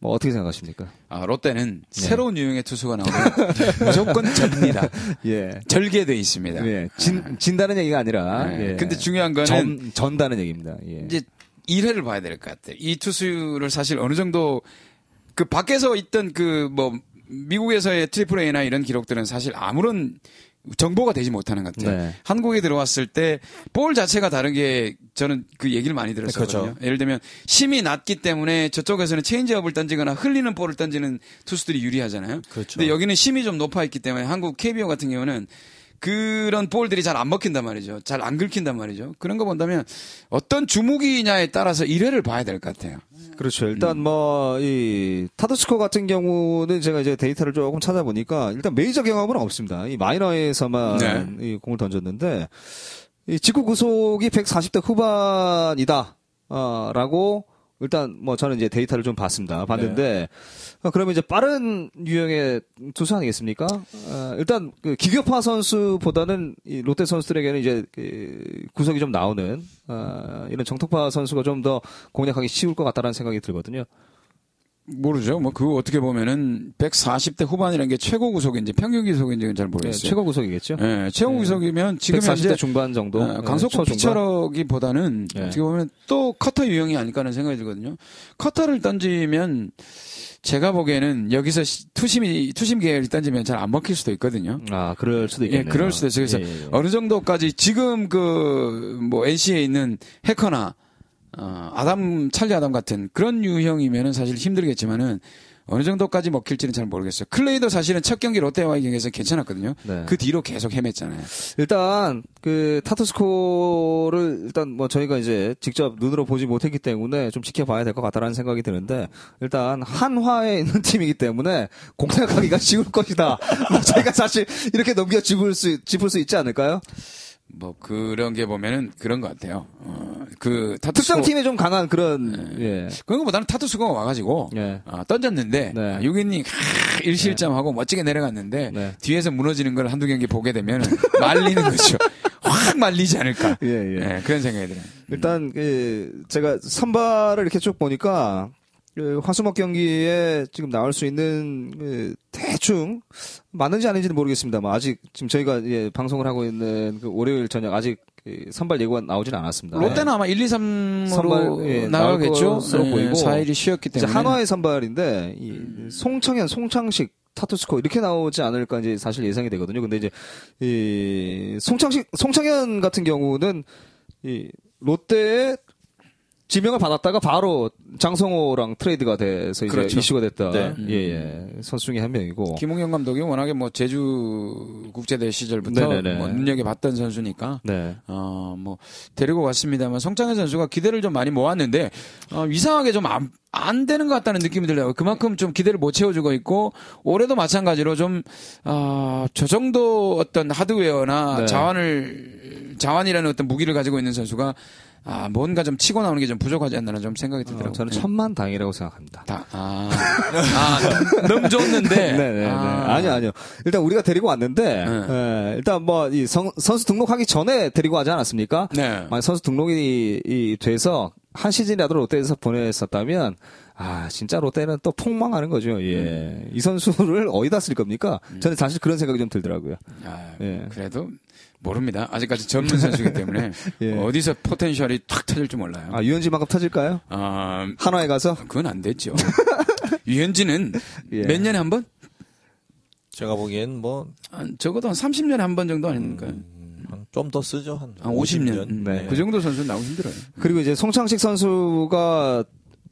Speaker 1: 뭐 어떻게 생각하십니까?
Speaker 2: 아, 롯데는
Speaker 1: 네.
Speaker 2: 새로운 유형의 투수가 나오면 [laughs] 무조건 접니다.
Speaker 1: 예.
Speaker 2: 절개돼 있습니다.
Speaker 1: 예, 진, 진다는 얘기가 아니라.
Speaker 2: 네.
Speaker 1: 예.
Speaker 2: 근데 중요한 거는
Speaker 1: 전, 전다는 얘기입니다. 예.
Speaker 2: 이제 1회를 봐야 될 것 같아요. 이 투수를 사실 어느 정도 그 밖에서 있던 그 뭐 미국에서의 트리플 A나 이런 기록들은 사실 아무런 정보가 되지 못하는 것 같아요.
Speaker 1: 네.
Speaker 2: 한국에 들어왔을 때 볼 자체가 다른 게 저는 그 얘기를 많이 들었거든요.
Speaker 3: 그렇죠.
Speaker 2: 예를 들면 심이 낮기 때문에 저쪽에서는 체인지업을 던지거나 흘리는 볼을 던지는 투수들이 유리하잖아요.
Speaker 3: 그렇죠.
Speaker 2: 근데 여기는 심이 좀 높아 있기 때문에 한국 KBO 같은 경우는 그런 볼들이 잘 안 먹힌단 말이죠. 잘 안 긁힌단 말이죠. 그런 거 본다면 어떤 주무기냐에 따라서 1회를 봐야 될 것 같아요.
Speaker 1: 그렇죠. 일단 뭐, 이, 타드스코 같은 경우는 제가 이제 데이터를 조금 찾아보니까 일단 메이저 경험은 없습니다. 이 마이너에서만
Speaker 2: 네.
Speaker 1: 이 공을 던졌는데, 이 직구 구속이 140대 후반이다. 아, 라고 일단 뭐 저는 이제 데이터를 좀 봤습니다. 봤는데 어, 그러면 이제 빠른 유형의 투수 아니겠습니까? 어, 일단 그 기교파 선수보다는 이 롯데 선수들에게는 이제 그 구속이 좀 나오는 예, 어, 이런 정통파 선수가 좀 더 공략하기 쉬울 것 같다라는 생각이 들거든요.
Speaker 2: 모르죠. 뭐 그 어떻게 보면은 140대 후반이라는 게 최고 구속인지 평균 구속인지는 잘
Speaker 1: 네,
Speaker 2: 모르겠어요.
Speaker 1: 최고 구속이겠죠.
Speaker 2: 예, 최고
Speaker 1: 네.
Speaker 2: 구속이면 지금
Speaker 1: 140대
Speaker 2: 현재
Speaker 1: 중반 정도.
Speaker 2: 어,
Speaker 1: 네,
Speaker 2: 강속구
Speaker 1: 초중반.
Speaker 2: 피처러기보다는
Speaker 1: 예.
Speaker 2: 어떻게 보면 또 커터 유형이 아닐까 하는 생각이 들거든요. 커터를 던지면 제가 보기에는 여기서 시- 투심이 투심 계열이 던지면 잘 안 먹힐 수도 있거든요.
Speaker 1: 아, 그럴 수도
Speaker 2: 예,
Speaker 1: 있겠네요.
Speaker 2: 그럴 수도 있어요. 그래서
Speaker 1: 예, 예, 예.
Speaker 2: 어느 정도까지 지금 그 뭐 NC에 있는 해커나 어, 아담 찰리 아담 같은 그런 유형이면은 사실 힘들겠지만은 어느 정도까지 먹힐지는 잘 모르겠어요. 클레이도 사실은 첫 경기 롯데와의 경기에서 괜찮았거든요.
Speaker 1: 네.
Speaker 2: 그 뒤로 계속 헤맸잖아요.
Speaker 1: 일단 그 타투스코를 일단 뭐 저희가 이제 직접 눈으로 보지 못했기 때문에 좀 지켜봐야 될 것 같다라는 생각이 드는데 일단 한화에 있는 [laughs] 팀이기 때문에 공략하기가 [laughs] 쉬울 것이다. 뭐 저희가 사실 이렇게 넘겨 짚을 수 짚을 수 있지 않을까요?
Speaker 2: 뭐 그런 게 보면은 그런 것 같아요. 어, 그 타투
Speaker 1: 특정
Speaker 2: 수거
Speaker 1: 팀에 좀 강한 그런 예.
Speaker 2: 그런 것보다는 타투 수거가 와가지고
Speaker 1: 예.
Speaker 2: 어, 던졌는데
Speaker 1: 네.
Speaker 2: 아, 유기님 캬, 일실점하고 멋지게 내려갔는데
Speaker 1: 네.
Speaker 2: 뒤에서 무너지는 걸 한두 경기 보게 되면 [laughs] 말리는 거죠. 확 말리지 않을까.
Speaker 1: 예, 예.
Speaker 2: 예, 그런 생각이 들어요.
Speaker 1: 일단 그 제가 선발을 이렇게 쭉 보니까 그 화수목 경기에 지금 나올 수 있는 그 대충 맞는지 아닌지는 모르겠습니다만 뭐 아직 지금 저희가 예, 방송을 하고 있는 그 월요일 저녁 아직 그 선발 예고가 나오진 않았습니다.
Speaker 2: 롯데는 아마 1, 2, 3으로
Speaker 1: 네. 선발, 예, 나올
Speaker 2: 나가겠죠.
Speaker 1: 것으로 보이고.
Speaker 2: 4일이 쉬었기
Speaker 1: 이제
Speaker 2: 때문에 음.
Speaker 1: 한화의 선발인데 이 송창현, 송창식, 타투스코 이렇게 나오지 않을까 이제 사실 예상이 되거든요. 근데 이제 이 송창식, 송창현 같은 경우는 이 롯데의 지명을 받았다가 바로 장성호랑 트레이드가 돼서 이제
Speaker 2: 그렇죠. 음.
Speaker 1: 이슈가 됐다.
Speaker 3: 네.
Speaker 1: 예, 예. 선수 중에 한 명이고.
Speaker 2: 김홍경 감독이 워낙에 뭐 제주 국제대 회 시절부터
Speaker 1: 네네네.
Speaker 2: 뭐 눈여겨봤던 선수니까
Speaker 1: 네.
Speaker 2: 어, 뭐, 데리고 왔습니다만, 성창현 선수가 기대를 좀 많이 모았는데, 어, 이상하게 좀 안, 안 되는 것 같다는 느낌이 들려요. 그만큼 좀 기대를 못 채워주고 있고, 올해도 마찬가지로 좀, 아, 저 정도 어떤 하드웨어나
Speaker 1: 네.
Speaker 2: 자원을, 자원이라는 어떤 무기를 가지고 있는 선수가, 아, 뭔가 좀 치고 나오는 게 좀 부족하지 않나 좀 생각이 들더라고요.
Speaker 1: 어, 저는 천만 당이라고 생각합니다.
Speaker 2: 다,
Speaker 1: [laughs]
Speaker 2: 아, 아, [laughs] 넘줬는데.
Speaker 1: 네네네. 아. 니요 아니요. 일단 우리가 데리고 왔는데,
Speaker 2: 네.
Speaker 1: 예, 일단 뭐, 이 성- 선수 등록하기 전에 데리고 하지 않았습니까?
Speaker 2: 네.
Speaker 1: 만약 선수 등록이 이 돼서 한 시즌이라도 롯데에서 보냈었다면, 아, 진짜 롯데는 또 폭망하는 거죠. 예.
Speaker 2: 음.
Speaker 1: 이 선수를 어디다 쓸 겁니까? 저는 사실 그런 생각이 좀 들더라고요.
Speaker 2: 아,
Speaker 1: 예.
Speaker 2: 그래도 모릅니다. 아직까지 젊은 선수이기 때문에
Speaker 1: [laughs] 예.
Speaker 2: 어디서 포텐셜이 탁 터질지 몰라요.
Speaker 1: 아, 유현진만큼 터질까요?
Speaker 2: 아,
Speaker 1: 한화에 가서?
Speaker 2: 그건 안 됐죠. [laughs] 유현진은
Speaker 1: 예.
Speaker 2: 몇 년에 한 번?
Speaker 3: 제가 보기엔
Speaker 2: 아, 적어도 한 30년에 한 번 정도 아닙니까?
Speaker 3: 뭐좀 더 쓰죠 한
Speaker 2: 한 50년.
Speaker 1: 음, 네.
Speaker 2: 그 정도 선수는 나오기 힘들어요.
Speaker 1: 그리고 이제 송창식 선수가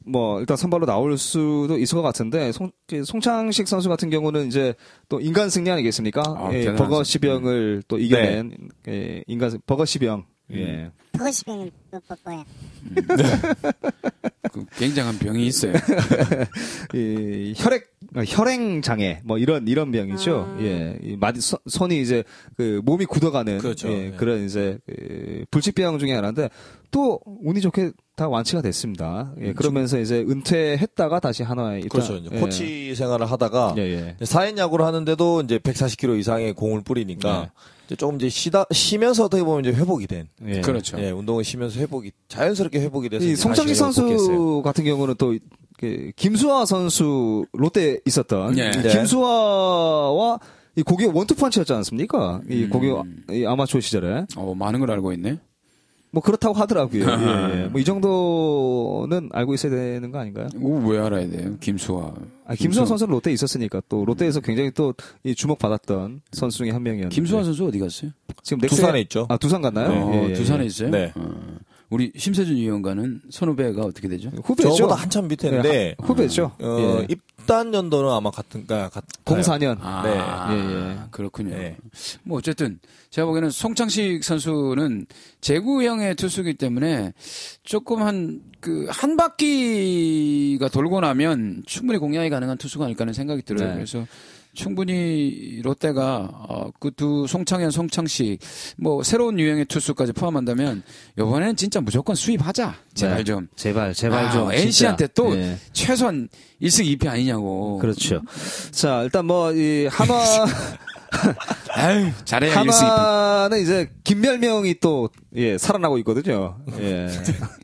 Speaker 1: 뭐 일단 선발로 나올 수도 있을 것 같은데 송, 그 송창식 선수 같은 경우는 이제 또 인간 승리 아니겠습니까?
Speaker 2: 아, 네.
Speaker 1: 예,
Speaker 2: 대단하죠.
Speaker 1: 버거 시병을 또 이겨낸 예, 인간 승- 버거 시병.
Speaker 2: 음.
Speaker 1: 예.
Speaker 4: 보고 싶으면 뭐, 뭐, 뭐야.
Speaker 2: 그 굉장한 병이 있어요.
Speaker 1: 이 혈액 어, 혈행 장애 뭐 이런 이런 병이죠. 예. 이 마디 손- 손이 이제 그 몸이 굳어가는
Speaker 3: 그렇죠.
Speaker 1: 예,
Speaker 3: 예.
Speaker 1: 그런 이제 그 불치병 중에 하나인데 또 운이 좋게 다 완치가 됐습니다. 예, 그러면서 이제 은퇴했다가 다시 한화에 있다.
Speaker 3: 음, 그렇죠. 이제
Speaker 1: 예.
Speaker 3: 코치 생활을 하다가
Speaker 1: 예, 예.
Speaker 3: 4인 야구를 하는데도 이제 140km 이상의 공을 뿌리니까
Speaker 1: 네.
Speaker 3: 이제 조금 이제 쉬다 쉬면서 어떻게 보면 이제 회복이 된.
Speaker 1: [laughs] 예.
Speaker 2: 그렇죠.
Speaker 3: 예, 운동을 쉬면서 회복이 자연스럽게 회복이 돼서
Speaker 1: 이
Speaker 3: 이제
Speaker 1: 송창식
Speaker 3: 다시
Speaker 1: 선수
Speaker 3: 복귀했어요.
Speaker 1: 같은 경우는 또 그, 김수화 선수 롯데 있었던
Speaker 2: 예.
Speaker 1: 이
Speaker 3: 네.
Speaker 1: 김수화와 이 고교 원투펀치였지 않습니까?
Speaker 3: 음.
Speaker 1: 이 고교 아- 이 아마추어 시절에
Speaker 2: 어, 많은 걸 알고 있네.
Speaker 1: 뭐 그렇다고 하더라고요. 예, 예. 뭐이 정도는 알고 있어야 되는 거 아닌가요?
Speaker 2: 이거 왜 알아야 돼요? 김수아.
Speaker 1: 아, 김수화 선수는 롯데에 있었으니까 또 롯데에서 굉장히 또 이 주목받았던 선수 중에 한 명이었는데
Speaker 2: 김수아 선수 어디 갔어요?
Speaker 1: 지금
Speaker 3: 두산에 있죠.
Speaker 1: 아 두산 갔나요?
Speaker 2: 어,
Speaker 1: 예, 예, 예.
Speaker 2: 두산에 있어요?
Speaker 3: 네.
Speaker 2: 어. 우리 심세준 위원과는 선후배가 어떻게 되죠?
Speaker 1: 후배죠.
Speaker 3: 저보다 한참 밑에인데
Speaker 1: 예, 하- 후배죠.
Speaker 3: 어,
Speaker 1: 예.
Speaker 3: 입단 연도는 아마 같은 가 같.
Speaker 1: 04년.
Speaker 2: 아,
Speaker 1: 네. 예, 예.
Speaker 2: 그렇군요.
Speaker 3: 네.
Speaker 2: 뭐 어쨌든 제가 보기에는 송창식 선수는 제구형의 투수기 때문에 조금 한 그 한 바퀴가 돌고 나면 충분히 공략이 가능한 투수가 아닐까 하는 생각이 들어요.
Speaker 1: 네.
Speaker 2: 그래서 충분히 롯데가 어, 그 두 송창현, 송창식 뭐 새로운 유형의 투수까지 포함한다면 이번에는 진짜 무조건 수입하자. 제발
Speaker 1: 네.
Speaker 2: 좀.
Speaker 1: 제발
Speaker 2: 아, NC한테 또
Speaker 1: 예.
Speaker 2: 최소한 1승 2패 아니냐고.
Speaker 1: 그렇죠. 자, 일단 뭐, 이, 한화,
Speaker 2: 아유, 잘해야 1승 2패.
Speaker 1: 하나는 이제 김멸명이 또 예, 살아나고 있거든요.
Speaker 2: [laughs]
Speaker 1: 예.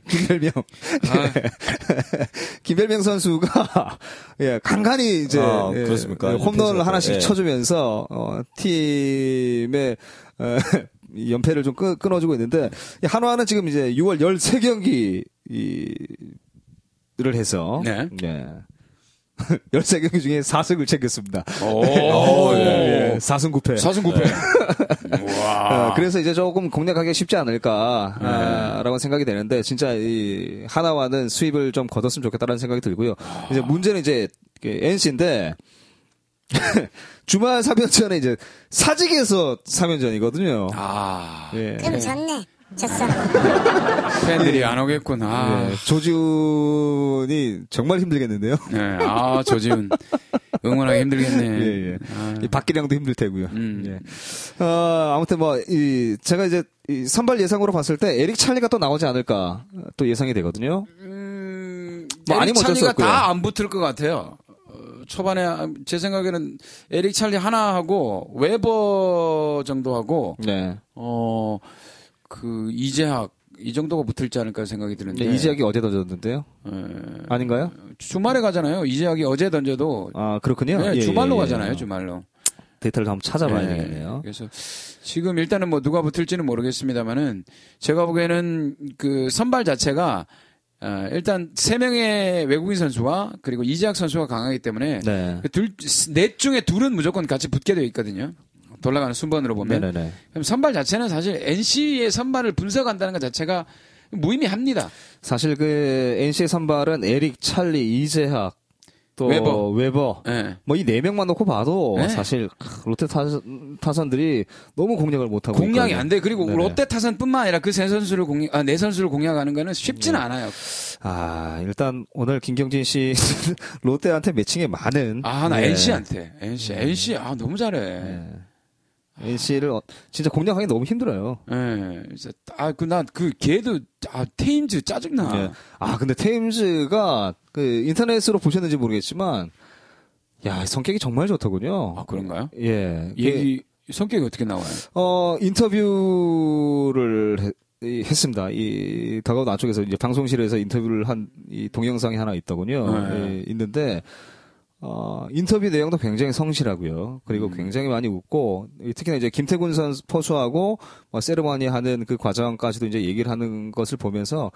Speaker 1: 김멸명.
Speaker 2: 아.
Speaker 1: 예. [laughs] 김멸명 선수가 예, 간간히 이제
Speaker 3: 아,
Speaker 1: 예,
Speaker 3: 그렇습니까?
Speaker 1: 예, 홈런을
Speaker 3: 옆에서.
Speaker 1: 하나씩
Speaker 3: 예.
Speaker 1: 쳐주면서 어, 팀의 어, 연패를 좀 끊, 끊어주고 있는데 이 한화는 지금 이제 6월 13경기 를 해서
Speaker 2: 네.
Speaker 1: 예. [laughs] 13경기 중에 4승을 챙겼습니다. [laughs]
Speaker 2: 오,
Speaker 1: 예, 4승 9패.
Speaker 2: 사승 9패.
Speaker 1: 어,
Speaker 2: 와.
Speaker 1: 그래서 이제 조금 공략하기 쉽지
Speaker 2: 네.
Speaker 1: 아, 않을까라고 생각이 되는데 진짜 이 하나와는 수입을 좀 거뒀으면 좋겠다라는 생각이 들고요. 이제 문제는 이제 NC인데 [laughs] 주말 3연전에 이제 사직에서 3연전이거든요.
Speaker 2: 아,
Speaker 1: 예.
Speaker 4: 그럼 졌네. 졌어.
Speaker 2: 팬들이 안 오겠구나.
Speaker 1: 예, 조지훈이 정말 힘들겠는데요.
Speaker 2: 네, 아, 저지훈. 응원하기 힘들겠네.
Speaker 1: 예, 예.
Speaker 2: 아,
Speaker 1: 이 박기량도 힘들 테고요.
Speaker 2: 음.
Speaker 1: 예. 어, 아무튼 뭐, 이, 제가 이제 이 선발 예상으로 봤을 때 에릭 찰리가 또 나오지 않을까 또 예상이 되거든요. 뭐
Speaker 2: 에릭
Speaker 1: 아니면 어쩔 수
Speaker 2: 찰리가
Speaker 1: 없고요.
Speaker 2: 다 안 붙을 것 같아요. 어, 초반에 아, 제 생각에는 에릭 찰리 하나하고 웨버 정도하고
Speaker 1: 네.
Speaker 2: 어 그 이재학 이 정도가 붙을지 않을까 생각이 드는데
Speaker 1: 네. 이지혁이 어제 던졌는데요?
Speaker 2: 예.
Speaker 1: 아닌가요?
Speaker 2: 주말에 가잖아요. 이재학이 어제 던져도
Speaker 1: 아, 그렇군요.
Speaker 2: 예,
Speaker 1: 예, 예, 예,
Speaker 2: 주말로
Speaker 1: 예.
Speaker 2: 가잖아요. 주말로.
Speaker 1: 데이터를 한번 찾아봐야
Speaker 2: 예.
Speaker 1: 되겠네요.
Speaker 2: 그래서 지금 일단은 뭐 누가 붙을지는 모르겠습니다만은 제가 보기에는 그 선발 자체가 어, 일단 세 명의 외국인 선수와 그리고 이재학 선수가 강하기 때문에
Speaker 1: 네.
Speaker 2: 그 둘, 넷 중에 둘은 무조건 같이 붙게 되어 있거든요. 돌아가는 순번으로 보면.
Speaker 1: 네네네.
Speaker 2: 그럼 선발 자체는 사실 NC의 선발을 분석한다는 것 자체가 무의미합니다.
Speaker 1: 사실 그 NC의 선발은 에릭, 찰리, 이재학, 또
Speaker 2: 웨버.
Speaker 1: 웨버.
Speaker 2: 예.
Speaker 1: 뭐 이 네 명만 놓고 봐도
Speaker 2: 네.
Speaker 1: 사실 크, 롯데 타선, 타선들이 너무 공략을 못 하고
Speaker 2: 공략이
Speaker 1: 있거든요.
Speaker 2: 안 돼. 그리고
Speaker 1: 네네.
Speaker 2: 롯데 타선뿐만 아니라 그 세 선수를 공략, 아, 네 선수를 공략하는 거는 쉽지는
Speaker 1: 네.
Speaker 2: 않아요.
Speaker 1: 아 일단 오늘 김경진 씨 [laughs] 롯데한테 매칭이 많은
Speaker 2: 아, 나
Speaker 1: 네.
Speaker 2: NC한테. NC, NC, 아, 너무 잘해. 예.
Speaker 1: 네. NC를 어, 진짜 공략하기 너무 힘들어요.
Speaker 2: 그래서 아, 그, 나, 그, 걔도, 아, 테임즈 짜증나.
Speaker 1: 예. 아 근데 테임즈가 그 인터넷으로 보셨는지 모르겠지만 야 성격이 정말 좋더군요.
Speaker 2: 아, 그런가요?
Speaker 1: 예. 그,
Speaker 2: 얘기, 성격이 어떻게 나와요?
Speaker 1: 어 인터뷰를 해- 이- 했습니다. 이 다가온 안쪽에서 이제 방송실에서 인터뷰를 한 이 동영상이 하나 있더군요.
Speaker 2: 네.
Speaker 1: 예, 있는데 어 인터뷰 내용도 굉장히 성실하고요. 그리고
Speaker 2: 음.
Speaker 1: 굉장히 많이 웃고 이- 특히나 이제 김태군 선수 포수하고 뭐 세르머니 하는 그 과정까지도 이제 얘기를 하는 것을 보면서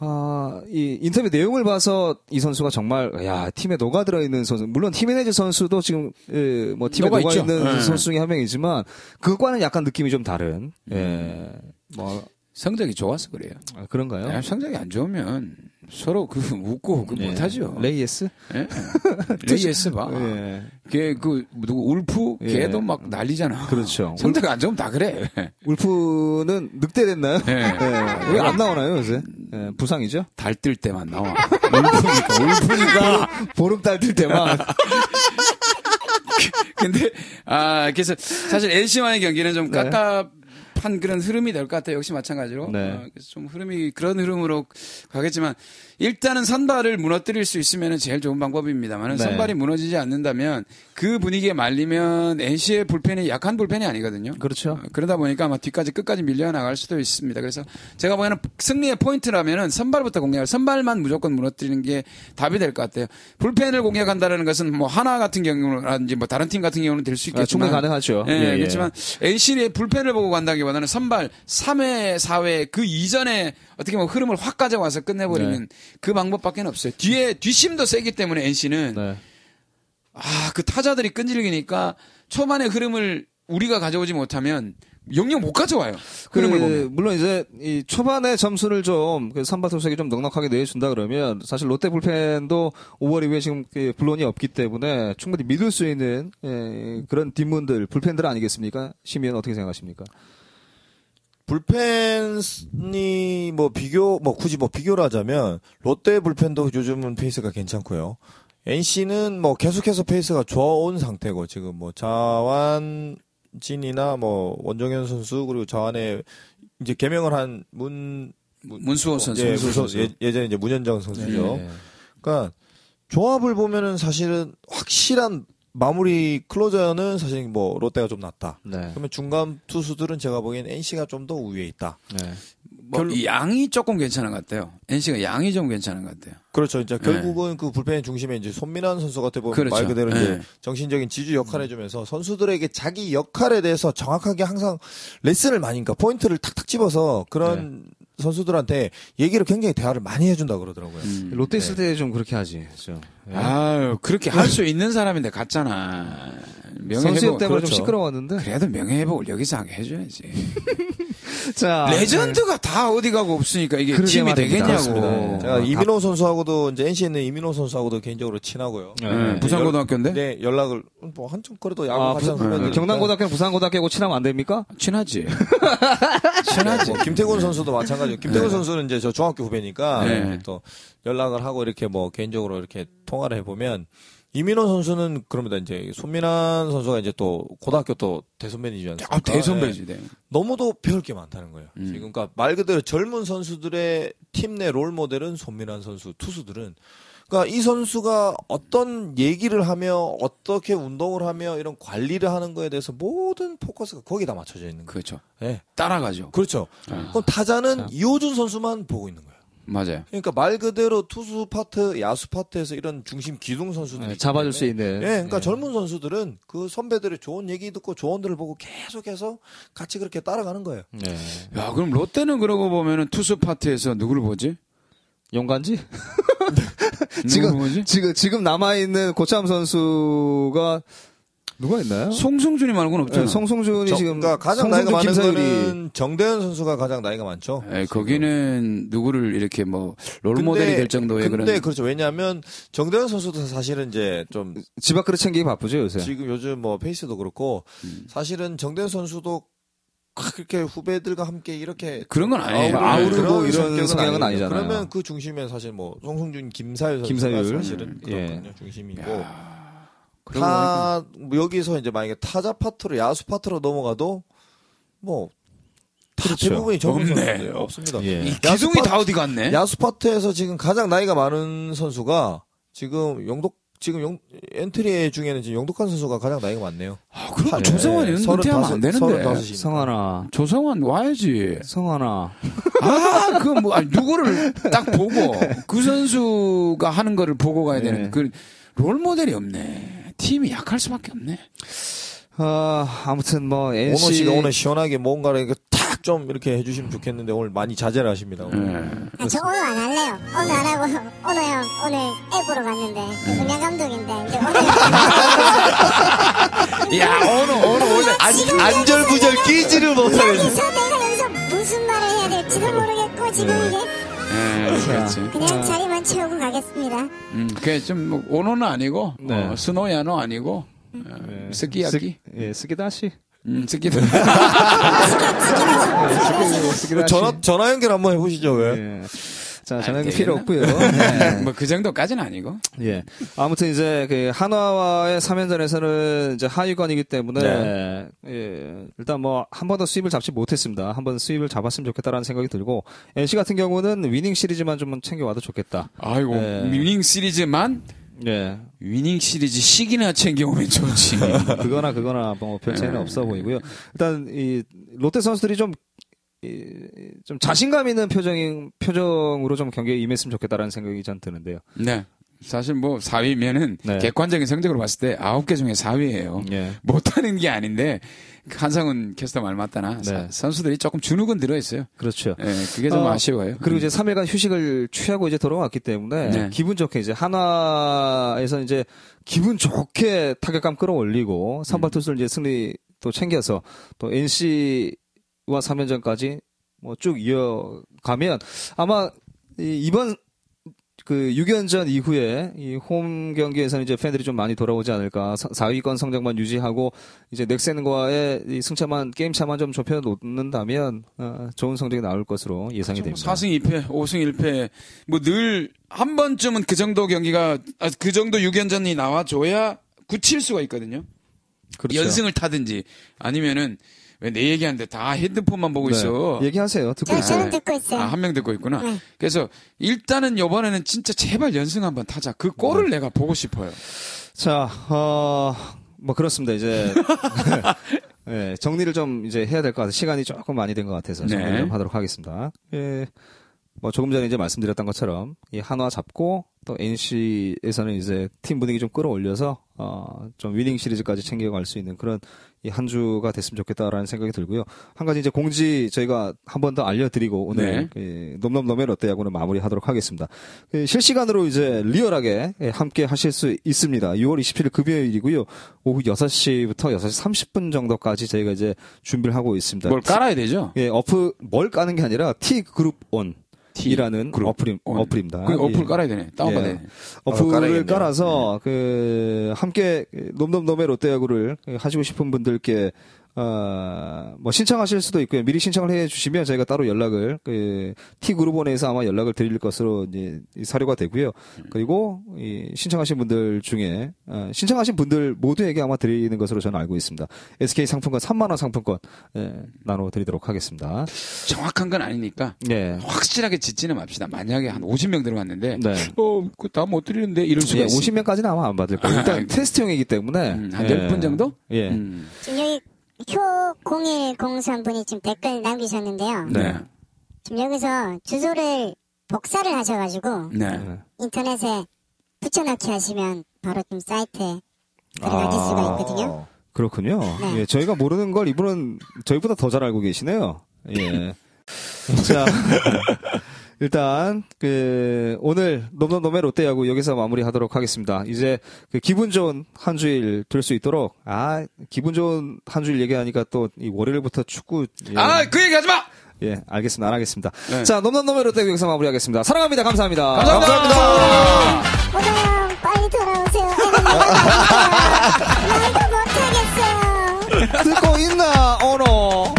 Speaker 1: 아, 이 인터뷰 내용을 봐서 이 선수가 정말 야 팀에 녹아들어 있는 선수 물론 히메네즈 선수도 지금 예, 뭐 팀에 녹아
Speaker 2: 녹아있죠.
Speaker 1: 있는
Speaker 2: 예.
Speaker 1: 선수 중에 한 명이지만 그것과는 약간 느낌이 좀 다른 예, 뭐
Speaker 2: 성적이 좋아서 그래요.
Speaker 1: 아, 그런가요?
Speaker 2: 아, 성적이 안 좋으면 서로 그 [laughs] 웃고 그
Speaker 1: 예.
Speaker 2: 못하죠. [laughs]
Speaker 1: 레이에스?
Speaker 2: 예. 레이에스 봐.
Speaker 1: 예.
Speaker 2: 걔그 누구 울프
Speaker 1: 예.
Speaker 2: 걔도 막 난리잖아.
Speaker 1: 그렇죠.
Speaker 2: [laughs] 성적 안 좋으면 다 그래. [laughs]
Speaker 1: 울프는 늑대됐나요?
Speaker 2: 예.
Speaker 1: 왜 안 나오나요 요새? 예, 부상이죠?
Speaker 2: 달 뜰 때만 나와.
Speaker 1: [laughs] 울프니까 울프니까 보름달 뜰 때만
Speaker 2: 근데 아 그래서 사실 NC와의 경기는
Speaker 1: 네.
Speaker 2: 좀 깝깝한 그런 흐름이 될 것 같아요. 역시 마찬가지로.
Speaker 1: 네.
Speaker 2: 어, 그래서 좀 흐름이 그런 흐름으로 가겠지만 일단은 선발을 무너뜨릴 수 있으면 제일 좋은 방법입니다만은
Speaker 1: 네.
Speaker 2: 선발이 무너지지 않는다면 그 분위기에 말리면 NC의 불펜이 약한 불펜이 아니거든요.
Speaker 1: 그렇죠.
Speaker 2: 어, 그러다 보니까 아마 뒤까지 끝까지 밀려 나갈 수도 있습니다. 그래서 제가 보기에는 승리의 포인트라면은 선발부터 공략을 선발만 무조건 무너뜨리는 게 답이 될 것 같아요. 불펜을 공략한다라는 것은 뭐 하나 같은 경우라든지 뭐 다른 팀 같은 경우는 될
Speaker 1: 아,
Speaker 2: 수 있겠지만
Speaker 1: 충분히 가능하죠.
Speaker 2: 예,
Speaker 1: 예, 예.
Speaker 2: 그렇지만 NC의 불펜을 보고 간다기보다는 선발 3회, 4회 그 이전에 어떻게 보면 흐름을 확 가져와서 끝내버리는 그 방법밖에 없어요. 뒤에 뒷심도 세기 때문에 NC는
Speaker 1: 네.
Speaker 2: 아, 그 타자들이 끈질기니까 초반의 흐름을 우리가 가져오지 못하면 영영 못 가져와요.
Speaker 1: 그,
Speaker 2: 흐름을 보면.
Speaker 1: 물론 이제 이 초반에 점수를 좀그 선발 투수에게 좀 넉넉하게 내준다 그러면 사실 롯데 불펜도 5월 이후에 지금 그 불론이 없기 때문에 충분히 믿을 수 있는 예, 그런 뒷문들 불펜들 아니겠습니까? 시민은 어떻게 생각하십니까?
Speaker 3: 불펜이 뭐 비교 뭐 굳이 뭐 비교를 하자면 롯데 불펜도 요즘은 페이스가 괜찮고요. NC는 뭐 계속해서 페이스가 좋아온 상태고 지금 뭐 자완진이나 뭐 원정현 선수 그리고 자완의 이제 개명을 한 문,
Speaker 2: 문수호 선수.
Speaker 3: 예,
Speaker 2: 문수호 선수. 네.
Speaker 3: 예, 예전에 이제 문현정 선수죠.
Speaker 1: 예.
Speaker 3: 그러니까 조합을 보면은 사실은 확실한 마무리 클로저는 사실 뭐 롯데가 좀 낫다.
Speaker 1: 네.
Speaker 3: 그러면 중간 투수들은 제가 보기엔 NC가 좀 더 우위에 있다.
Speaker 1: 네.
Speaker 2: 뭐 양이 조금 괜찮은 것 같아요. NC가 양이 좀 괜찮은 것 같아요.
Speaker 3: 그렇죠. 이제 결국은 그 불펜의 중심에 이제 손민환 선수 같아 보면
Speaker 2: 네. 그렇죠.
Speaker 3: 말 그대로
Speaker 2: 네.
Speaker 3: 이제 정신적인 지주 역할을 해주면서 선수들에게 자기 역할에 대해서 정확하게 항상 레슨을 많이, 그러니까 포인트를 탁탁 집어서 그런
Speaker 2: 네.
Speaker 3: 선수들한테 얘기를 굉장히 대화를 많이 해준다 그러더라고요.
Speaker 2: 음.
Speaker 1: 롯데 있을 때 좀 그렇게 하지. 좀.
Speaker 2: 예. 아유 그렇게 할 수 있는 사람인데 갔잖아.
Speaker 1: 선수협
Speaker 2: 명예회복
Speaker 1: 때문에
Speaker 2: 그렇죠.
Speaker 1: 좀 시끄러웠는데.
Speaker 2: 그래도 명예회복을 여기서 하게 해줘야지.
Speaker 1: [laughs]
Speaker 2: 아,
Speaker 1: 자,
Speaker 2: 네. 레전드가 다 어디 가고 없으니까 이게
Speaker 1: 그러게
Speaker 2: 팀이
Speaker 1: 말입니다.
Speaker 2: 되겠냐고. 예.
Speaker 1: 맞습니다.
Speaker 2: 아,
Speaker 3: 제가 이민호 선수하고도 이제 NC에 있는 이민호 선수하고도 개인적으로 친하고요.
Speaker 1: 네.
Speaker 2: 예, 부산고등학교인데
Speaker 3: 네, 연락을 뭐 한참 그래도 야구
Speaker 1: 아,
Speaker 3: 같이
Speaker 1: 부산,
Speaker 3: 하는 선배들
Speaker 1: 경남고등학교, 부산고등학교고 친하면 안 됩니까?
Speaker 2: 친하지.
Speaker 3: 친하지. 뭐 김태곤 선수도 마찬가지고 김태곤 선수는 이제 저 중학교 후배니까
Speaker 2: 네.
Speaker 3: 또 연락을 하고 이렇게 뭐 개인적으로 이렇게 통화를 해보면 이민호 선수는 그럽니다. 이제 손민환 선수가 이제 또 고등학교 또 대선배이지 않습니까?
Speaker 2: 아 대선배지. 음. 네.
Speaker 3: 너무도 배울 게 많다는 거예요. 지금 그러니까 말 그대로 젊은 선수들의 팀 내 롤 모델은 손민환 선수 투수들은 그러니까 이 선수가 어떤 얘기를 하며 어떻게 운동을 하며 이런 관리를 하는 거에 대해서 모든 포커스가 거기다 맞춰져 있는 거예요.
Speaker 2: 그렇죠.
Speaker 3: 예.
Speaker 2: 따라가죠.
Speaker 3: 그렇죠.
Speaker 2: 아,
Speaker 3: 그럼 타자는 이호준 선수만 보고 있는 거예요.
Speaker 2: 맞아요.
Speaker 3: 그러니까 말 그대로 투수 파트, 야수 파트에서 이런 중심 기둥 선수들이
Speaker 1: 네, 잡아줄 수 있는.
Speaker 3: 예,
Speaker 2: 네.
Speaker 3: 그러니까 젊은 선수들은 그 선배들의 좋은 얘기 듣고 조언들을 보고 계속해서 같이 그렇게 따라가는 거예요.
Speaker 2: 음.
Speaker 1: 네.
Speaker 2: 야 그럼 롯데는 그러고 보면은 투수 파트에서 누구를 보지?
Speaker 1: 용간지?
Speaker 2: 누구를 보지?
Speaker 1: 지금, 지금, 지금 남아있는 고참 선수가 누가 있나요?
Speaker 2: 송승준이 말고는
Speaker 1: 네,
Speaker 2: 없잖아.
Speaker 1: 송승준이
Speaker 3: 예. 저-
Speaker 1: 지금
Speaker 3: 그러니까
Speaker 1: 송승준,
Speaker 3: 가장 나이가 많은
Speaker 1: 김세율이.
Speaker 3: 거는 정대현 선수가 가장 나이가 많죠.
Speaker 2: 에, 네, 예, 거기는 누구를 이렇게 뭐
Speaker 3: 근데-
Speaker 2: 롤모델이 될 정도의
Speaker 3: 근데
Speaker 2: 그런
Speaker 3: 그렇죠. 왜냐하면 정대현 선수도 사실은 이제 좀
Speaker 1: 집 앞그릇 챙기기 바쁘죠
Speaker 2: 네.
Speaker 1: 요새.
Speaker 3: 지금 요즘 뭐 페이스도 그렇고
Speaker 2: 음.
Speaker 3: 사실은 정대현 선수도 그렇게 후배들과 함께 이렇게
Speaker 2: 그런 건 예, 아니에요.
Speaker 1: 아우르- 아우르- 아우르고
Speaker 3: 그런
Speaker 1: 이런
Speaker 3: 성격은
Speaker 1: 성향은
Speaker 3: 아니거든요.
Speaker 1: 아니잖아요.
Speaker 3: 그러면 그 중심에 사실 뭐 송승준, 김사율 선수가
Speaker 1: 김사율.
Speaker 3: 사실은
Speaker 1: 음, 예.
Speaker 3: 그렇거든요. 중심이고
Speaker 2: 그런 거니까.
Speaker 3: 타뭐 여기서 이제 만약에 타자 파트로 야수 파트로 넘어가도 뭐
Speaker 2: 그렇죠.
Speaker 3: 대부분이 적은
Speaker 2: 없네.
Speaker 3: 선수들 없습니다.
Speaker 1: 예.
Speaker 2: 이
Speaker 3: 야수
Speaker 2: 기둥이
Speaker 3: 파-
Speaker 2: 다 어디 갔네.
Speaker 3: 야수 파트에서 지금 가장 나이가 많은 선수가 지금 영독 지금 영, 엔트리 중에는 지금 영독한 선수가 가장 나이가 많네요.
Speaker 2: 아, 그럼 조성환이 은퇴하면 안 되는데.
Speaker 1: 성하나,
Speaker 2: 조성환 와야지.
Speaker 1: 성하나.
Speaker 2: 아, 그 뭐, 아니, 누구를 딱 보고, 그 선수가 하는 거를 보고 가야 되는,
Speaker 1: 네.
Speaker 2: 그, 롤 모델이 없네. 팀이 약할 수밖에 없네.
Speaker 1: 아, 아무튼 뭐
Speaker 3: 오너
Speaker 1: NC
Speaker 3: 씨가 오늘 시원하게 뭔가를 이렇게 탁 좀 이렇게 해주시면 좋겠는데 오늘 많이 자제를 하십니다. 오늘.
Speaker 4: 아, 저 오늘 안 할래요. 오늘 안 하고, 오늘 형, 오늘 애 보러 갔는데, 음향 감독인데,
Speaker 1: [laughs]
Speaker 4: 이제 오늘.
Speaker 2: 야, 어느, 어느, 원래.
Speaker 4: 지금
Speaker 3: 안절부절 끼지를 못하겠네.
Speaker 4: 여기서 내가 여기서 무슨 말을 해야 될지도 모르겠고, 지금 이게
Speaker 1: 음.
Speaker 2: 예, 그렇지.
Speaker 4: 그냥 자리만 채우고 가겠습니다.
Speaker 2: 음, 그게 좀, 뭐, 오노는 아니고,
Speaker 1: 네.
Speaker 2: 어, 스노야노 아니고, 어, 스키야키.
Speaker 1: 쓰- 예, 쓰기다시.
Speaker 2: 음, 스키다.
Speaker 1: 쓰기다시.
Speaker 3: 전화 전화 연결 한번 해보시죠 왜?
Speaker 1: 예. 자,
Speaker 2: 아,
Speaker 1: 전화는
Speaker 2: 되겠나?
Speaker 1: 필요 없고요.
Speaker 2: [laughs] [laughs] 뭐, 그 정도까지는 아니고.
Speaker 1: 예. 아무튼 이제 그 한화와의 3연전에서는 이제 하위권이기 때문에
Speaker 3: 네.
Speaker 1: 예, 일단 뭐 한 번 더 수입을 잡지 못했습니다. 한 번 수입을 잡았으면 좋겠다라는 생각이 들고 NC 같은 경우는 위닝 시리즈만 좀 챙겨와도 좋겠다.
Speaker 2: 아이고,
Speaker 1: 예.
Speaker 2: 네. 위닝 시리즈만,
Speaker 1: 예.
Speaker 2: 위닝 시리즈 시기나 챙겨오면 좋지.
Speaker 1: 그거나 그거나 뭐별 차이는 없어 보이고요. 일단 이 롯데 선수들이 좀 이- 좀 자신감 있는 표정 표정으로 좀 경기에 임했으면 좋겠다라는 생각이 전 드는데요.
Speaker 2: 네. 사실 뭐 4위면은
Speaker 1: 네.
Speaker 2: 객관적인 성적으로 봤을 때 9개 중에 4위예요.
Speaker 1: 예.
Speaker 2: 못하는 게 아닌데 한상훈 캐스터 말 맞다나 사-
Speaker 1: 네.
Speaker 2: 선수들이 조금 주눅은 들어 있어요.
Speaker 1: 그렇죠.
Speaker 2: 예, 그게 좀
Speaker 1: 어,
Speaker 2: 아쉬워요.
Speaker 1: 그리고 이제 3일간 휴식을 취하고 이제 돌아왔기 때문에
Speaker 2: 네.
Speaker 1: 기분 좋게 이제 한화에서 이제 기분 좋게 타격감 끌어올리고 선발 투수를 이제 승리 또 챙겨서 또 NC와 3연전까지 뭐 쭉 이어가면 아마 이 이번 그 6연전 이후에 이 홈 경기에서는 이제 팬들이 좀 많이 돌아오지 않을까. 4위권 성적만 유지하고 이제 넥센과의 이 승차만 게임 차만 좀 좁혀 놓는다면 어, 좋은 성적이 나올 것으로
Speaker 2: 그렇죠. 뭐
Speaker 1: 예상이 됩니다.
Speaker 2: 4승 2패, 5승 1패 뭐 늘 한 번쯤은 그 정도 경기가 아, 그 정도 6연전이 나와 줘야 굳힐 수가 있거든요.
Speaker 1: 그렇죠.
Speaker 2: 연승을 타든지 아니면은 왜 내 얘기하는데 다 핸드폰만 보고
Speaker 1: 네.
Speaker 2: 있어.
Speaker 1: 얘기하세요. 듣고
Speaker 4: 저,
Speaker 1: 있어요.
Speaker 4: 저는 듣고 있어요.
Speaker 2: 아, 한 명 듣고 있구나.
Speaker 4: 네.
Speaker 1: 네.
Speaker 2: 그래서 일단은 요번에는 진짜 제발 연승 한번 타자. 그 골을 내가 보고 싶어요.
Speaker 1: 자, 어, 뭐 그렇습니다.
Speaker 2: [laughs]
Speaker 1: 이제 예, 정리를 좀 이제 해야 될 것 같아요. 시간이 조금 많이 된 것 같아서
Speaker 2: 네.
Speaker 1: 정리를 좀 하도록 하겠습니다. 예, 뭐 조금 전에 이제 말씀드렸던 것처럼 이 한화 잡고 또 NC에서는 이제 팀 분위기 좀 끌어올려서 어, 좀 위닝 시리즈까지 챙겨갈 수 있는 그런 이 한 주가 됐으면 좋겠다라는 생각이 들고요. 한 가지 이제 공지 저희가 한 번 더 알려드리고 오늘
Speaker 2: 네.
Speaker 1: 그 넘넘넘의 롯데야구는 마무리하도록 하겠습니다. 그 실시간으로 이제 리얼하게 예, 함께 하실 수 있습니다. 6월 27일 금요일이고요. 오후 6시부터 6시 30분 정도까지 저희가 이제 준비를 하고 있습니다.
Speaker 2: 뭘 깔아야 되죠?
Speaker 1: 예, 어플 뭘 까는 게 아니라 T 그룹 온이라는
Speaker 2: 그룹
Speaker 1: 어플이
Speaker 2: 온.
Speaker 1: 어플입니다.
Speaker 2: 그
Speaker 1: 예.
Speaker 2: 어플 깔아야 되네. 다운받아야
Speaker 1: 예.
Speaker 2: 되네.
Speaker 3: 아,
Speaker 1: 어플을
Speaker 3: 깔아야겠네요.
Speaker 1: 깔아서 그 함께 놈놈놈의 롯데야구를 하시고 싶은 분들께 어뭐 신청하실 수도 있고요. 미리 신청을 해 주시면 저희가 따로 연락을 그 T그룹원에서 아마 연락을 드릴 것으로 이제 이 사료가 되고요. 그리고 이 신청하신 분들 중에 어, 신청하신 분들 모두에게 아마 드리는 것으로 저는 알고 있습니다. SK 상품권 3만 원 상품권 예, 나눠 드리도록 하겠습니다.
Speaker 2: 정확한 건 아니니까
Speaker 1: 예.
Speaker 2: 확실하게 짓지는 맙시다. 만약에 한 50명 들어갔는데
Speaker 1: 네.
Speaker 2: 어, 그다못 드리는데 이럴 수가
Speaker 1: 예,
Speaker 2: 있어.
Speaker 1: 50명까지는 아마 안 받을 거예요. 일단
Speaker 2: 네. 아이고.
Speaker 1: 테스트용이기 때문에
Speaker 2: 음, 한
Speaker 1: 예.
Speaker 2: 10분 정도?
Speaker 1: 예.
Speaker 2: 음.
Speaker 4: 지금 여기 효0103분이 지금 댓글 남기셨는데요.
Speaker 2: 네.
Speaker 4: 지금 여기서 주소를 복사를 하셔가지고
Speaker 2: 네.
Speaker 1: 네.
Speaker 4: 인터넷에 붙여넣기 하시면 바로 좀 사이트에 들어가실 수가 있거든요.
Speaker 1: 아. 그렇군요.
Speaker 4: 네.
Speaker 1: 예, 저희가 모르는 걸 이분은 저희보다 더 잘 알고 계시네요. [laughs] 예. 자, [laughs] 일단 그 오늘 놈놈놈의 롯데야구 여기서 마무리하도록 하겠습니다. 이제 그 기분 좋은 한 주일 될 수 있도록 아 기분 좋은 한 주일 얘기하니까 또 이 월요일부터 축구 예,
Speaker 2: 아 그 얘기 하지 마.
Speaker 1: 예 알겠습니다 안 하겠습니다.
Speaker 2: 네.
Speaker 1: 자 놈놈놈의 롯데야구 여기서 마무리하겠습니다. 사랑합니다 감사합니다.
Speaker 4: 오늘 빨리 돌아오세요. 애는 내가 다 있어요. 나 이거 못하겠어요.
Speaker 1: 듣고 있나 오너.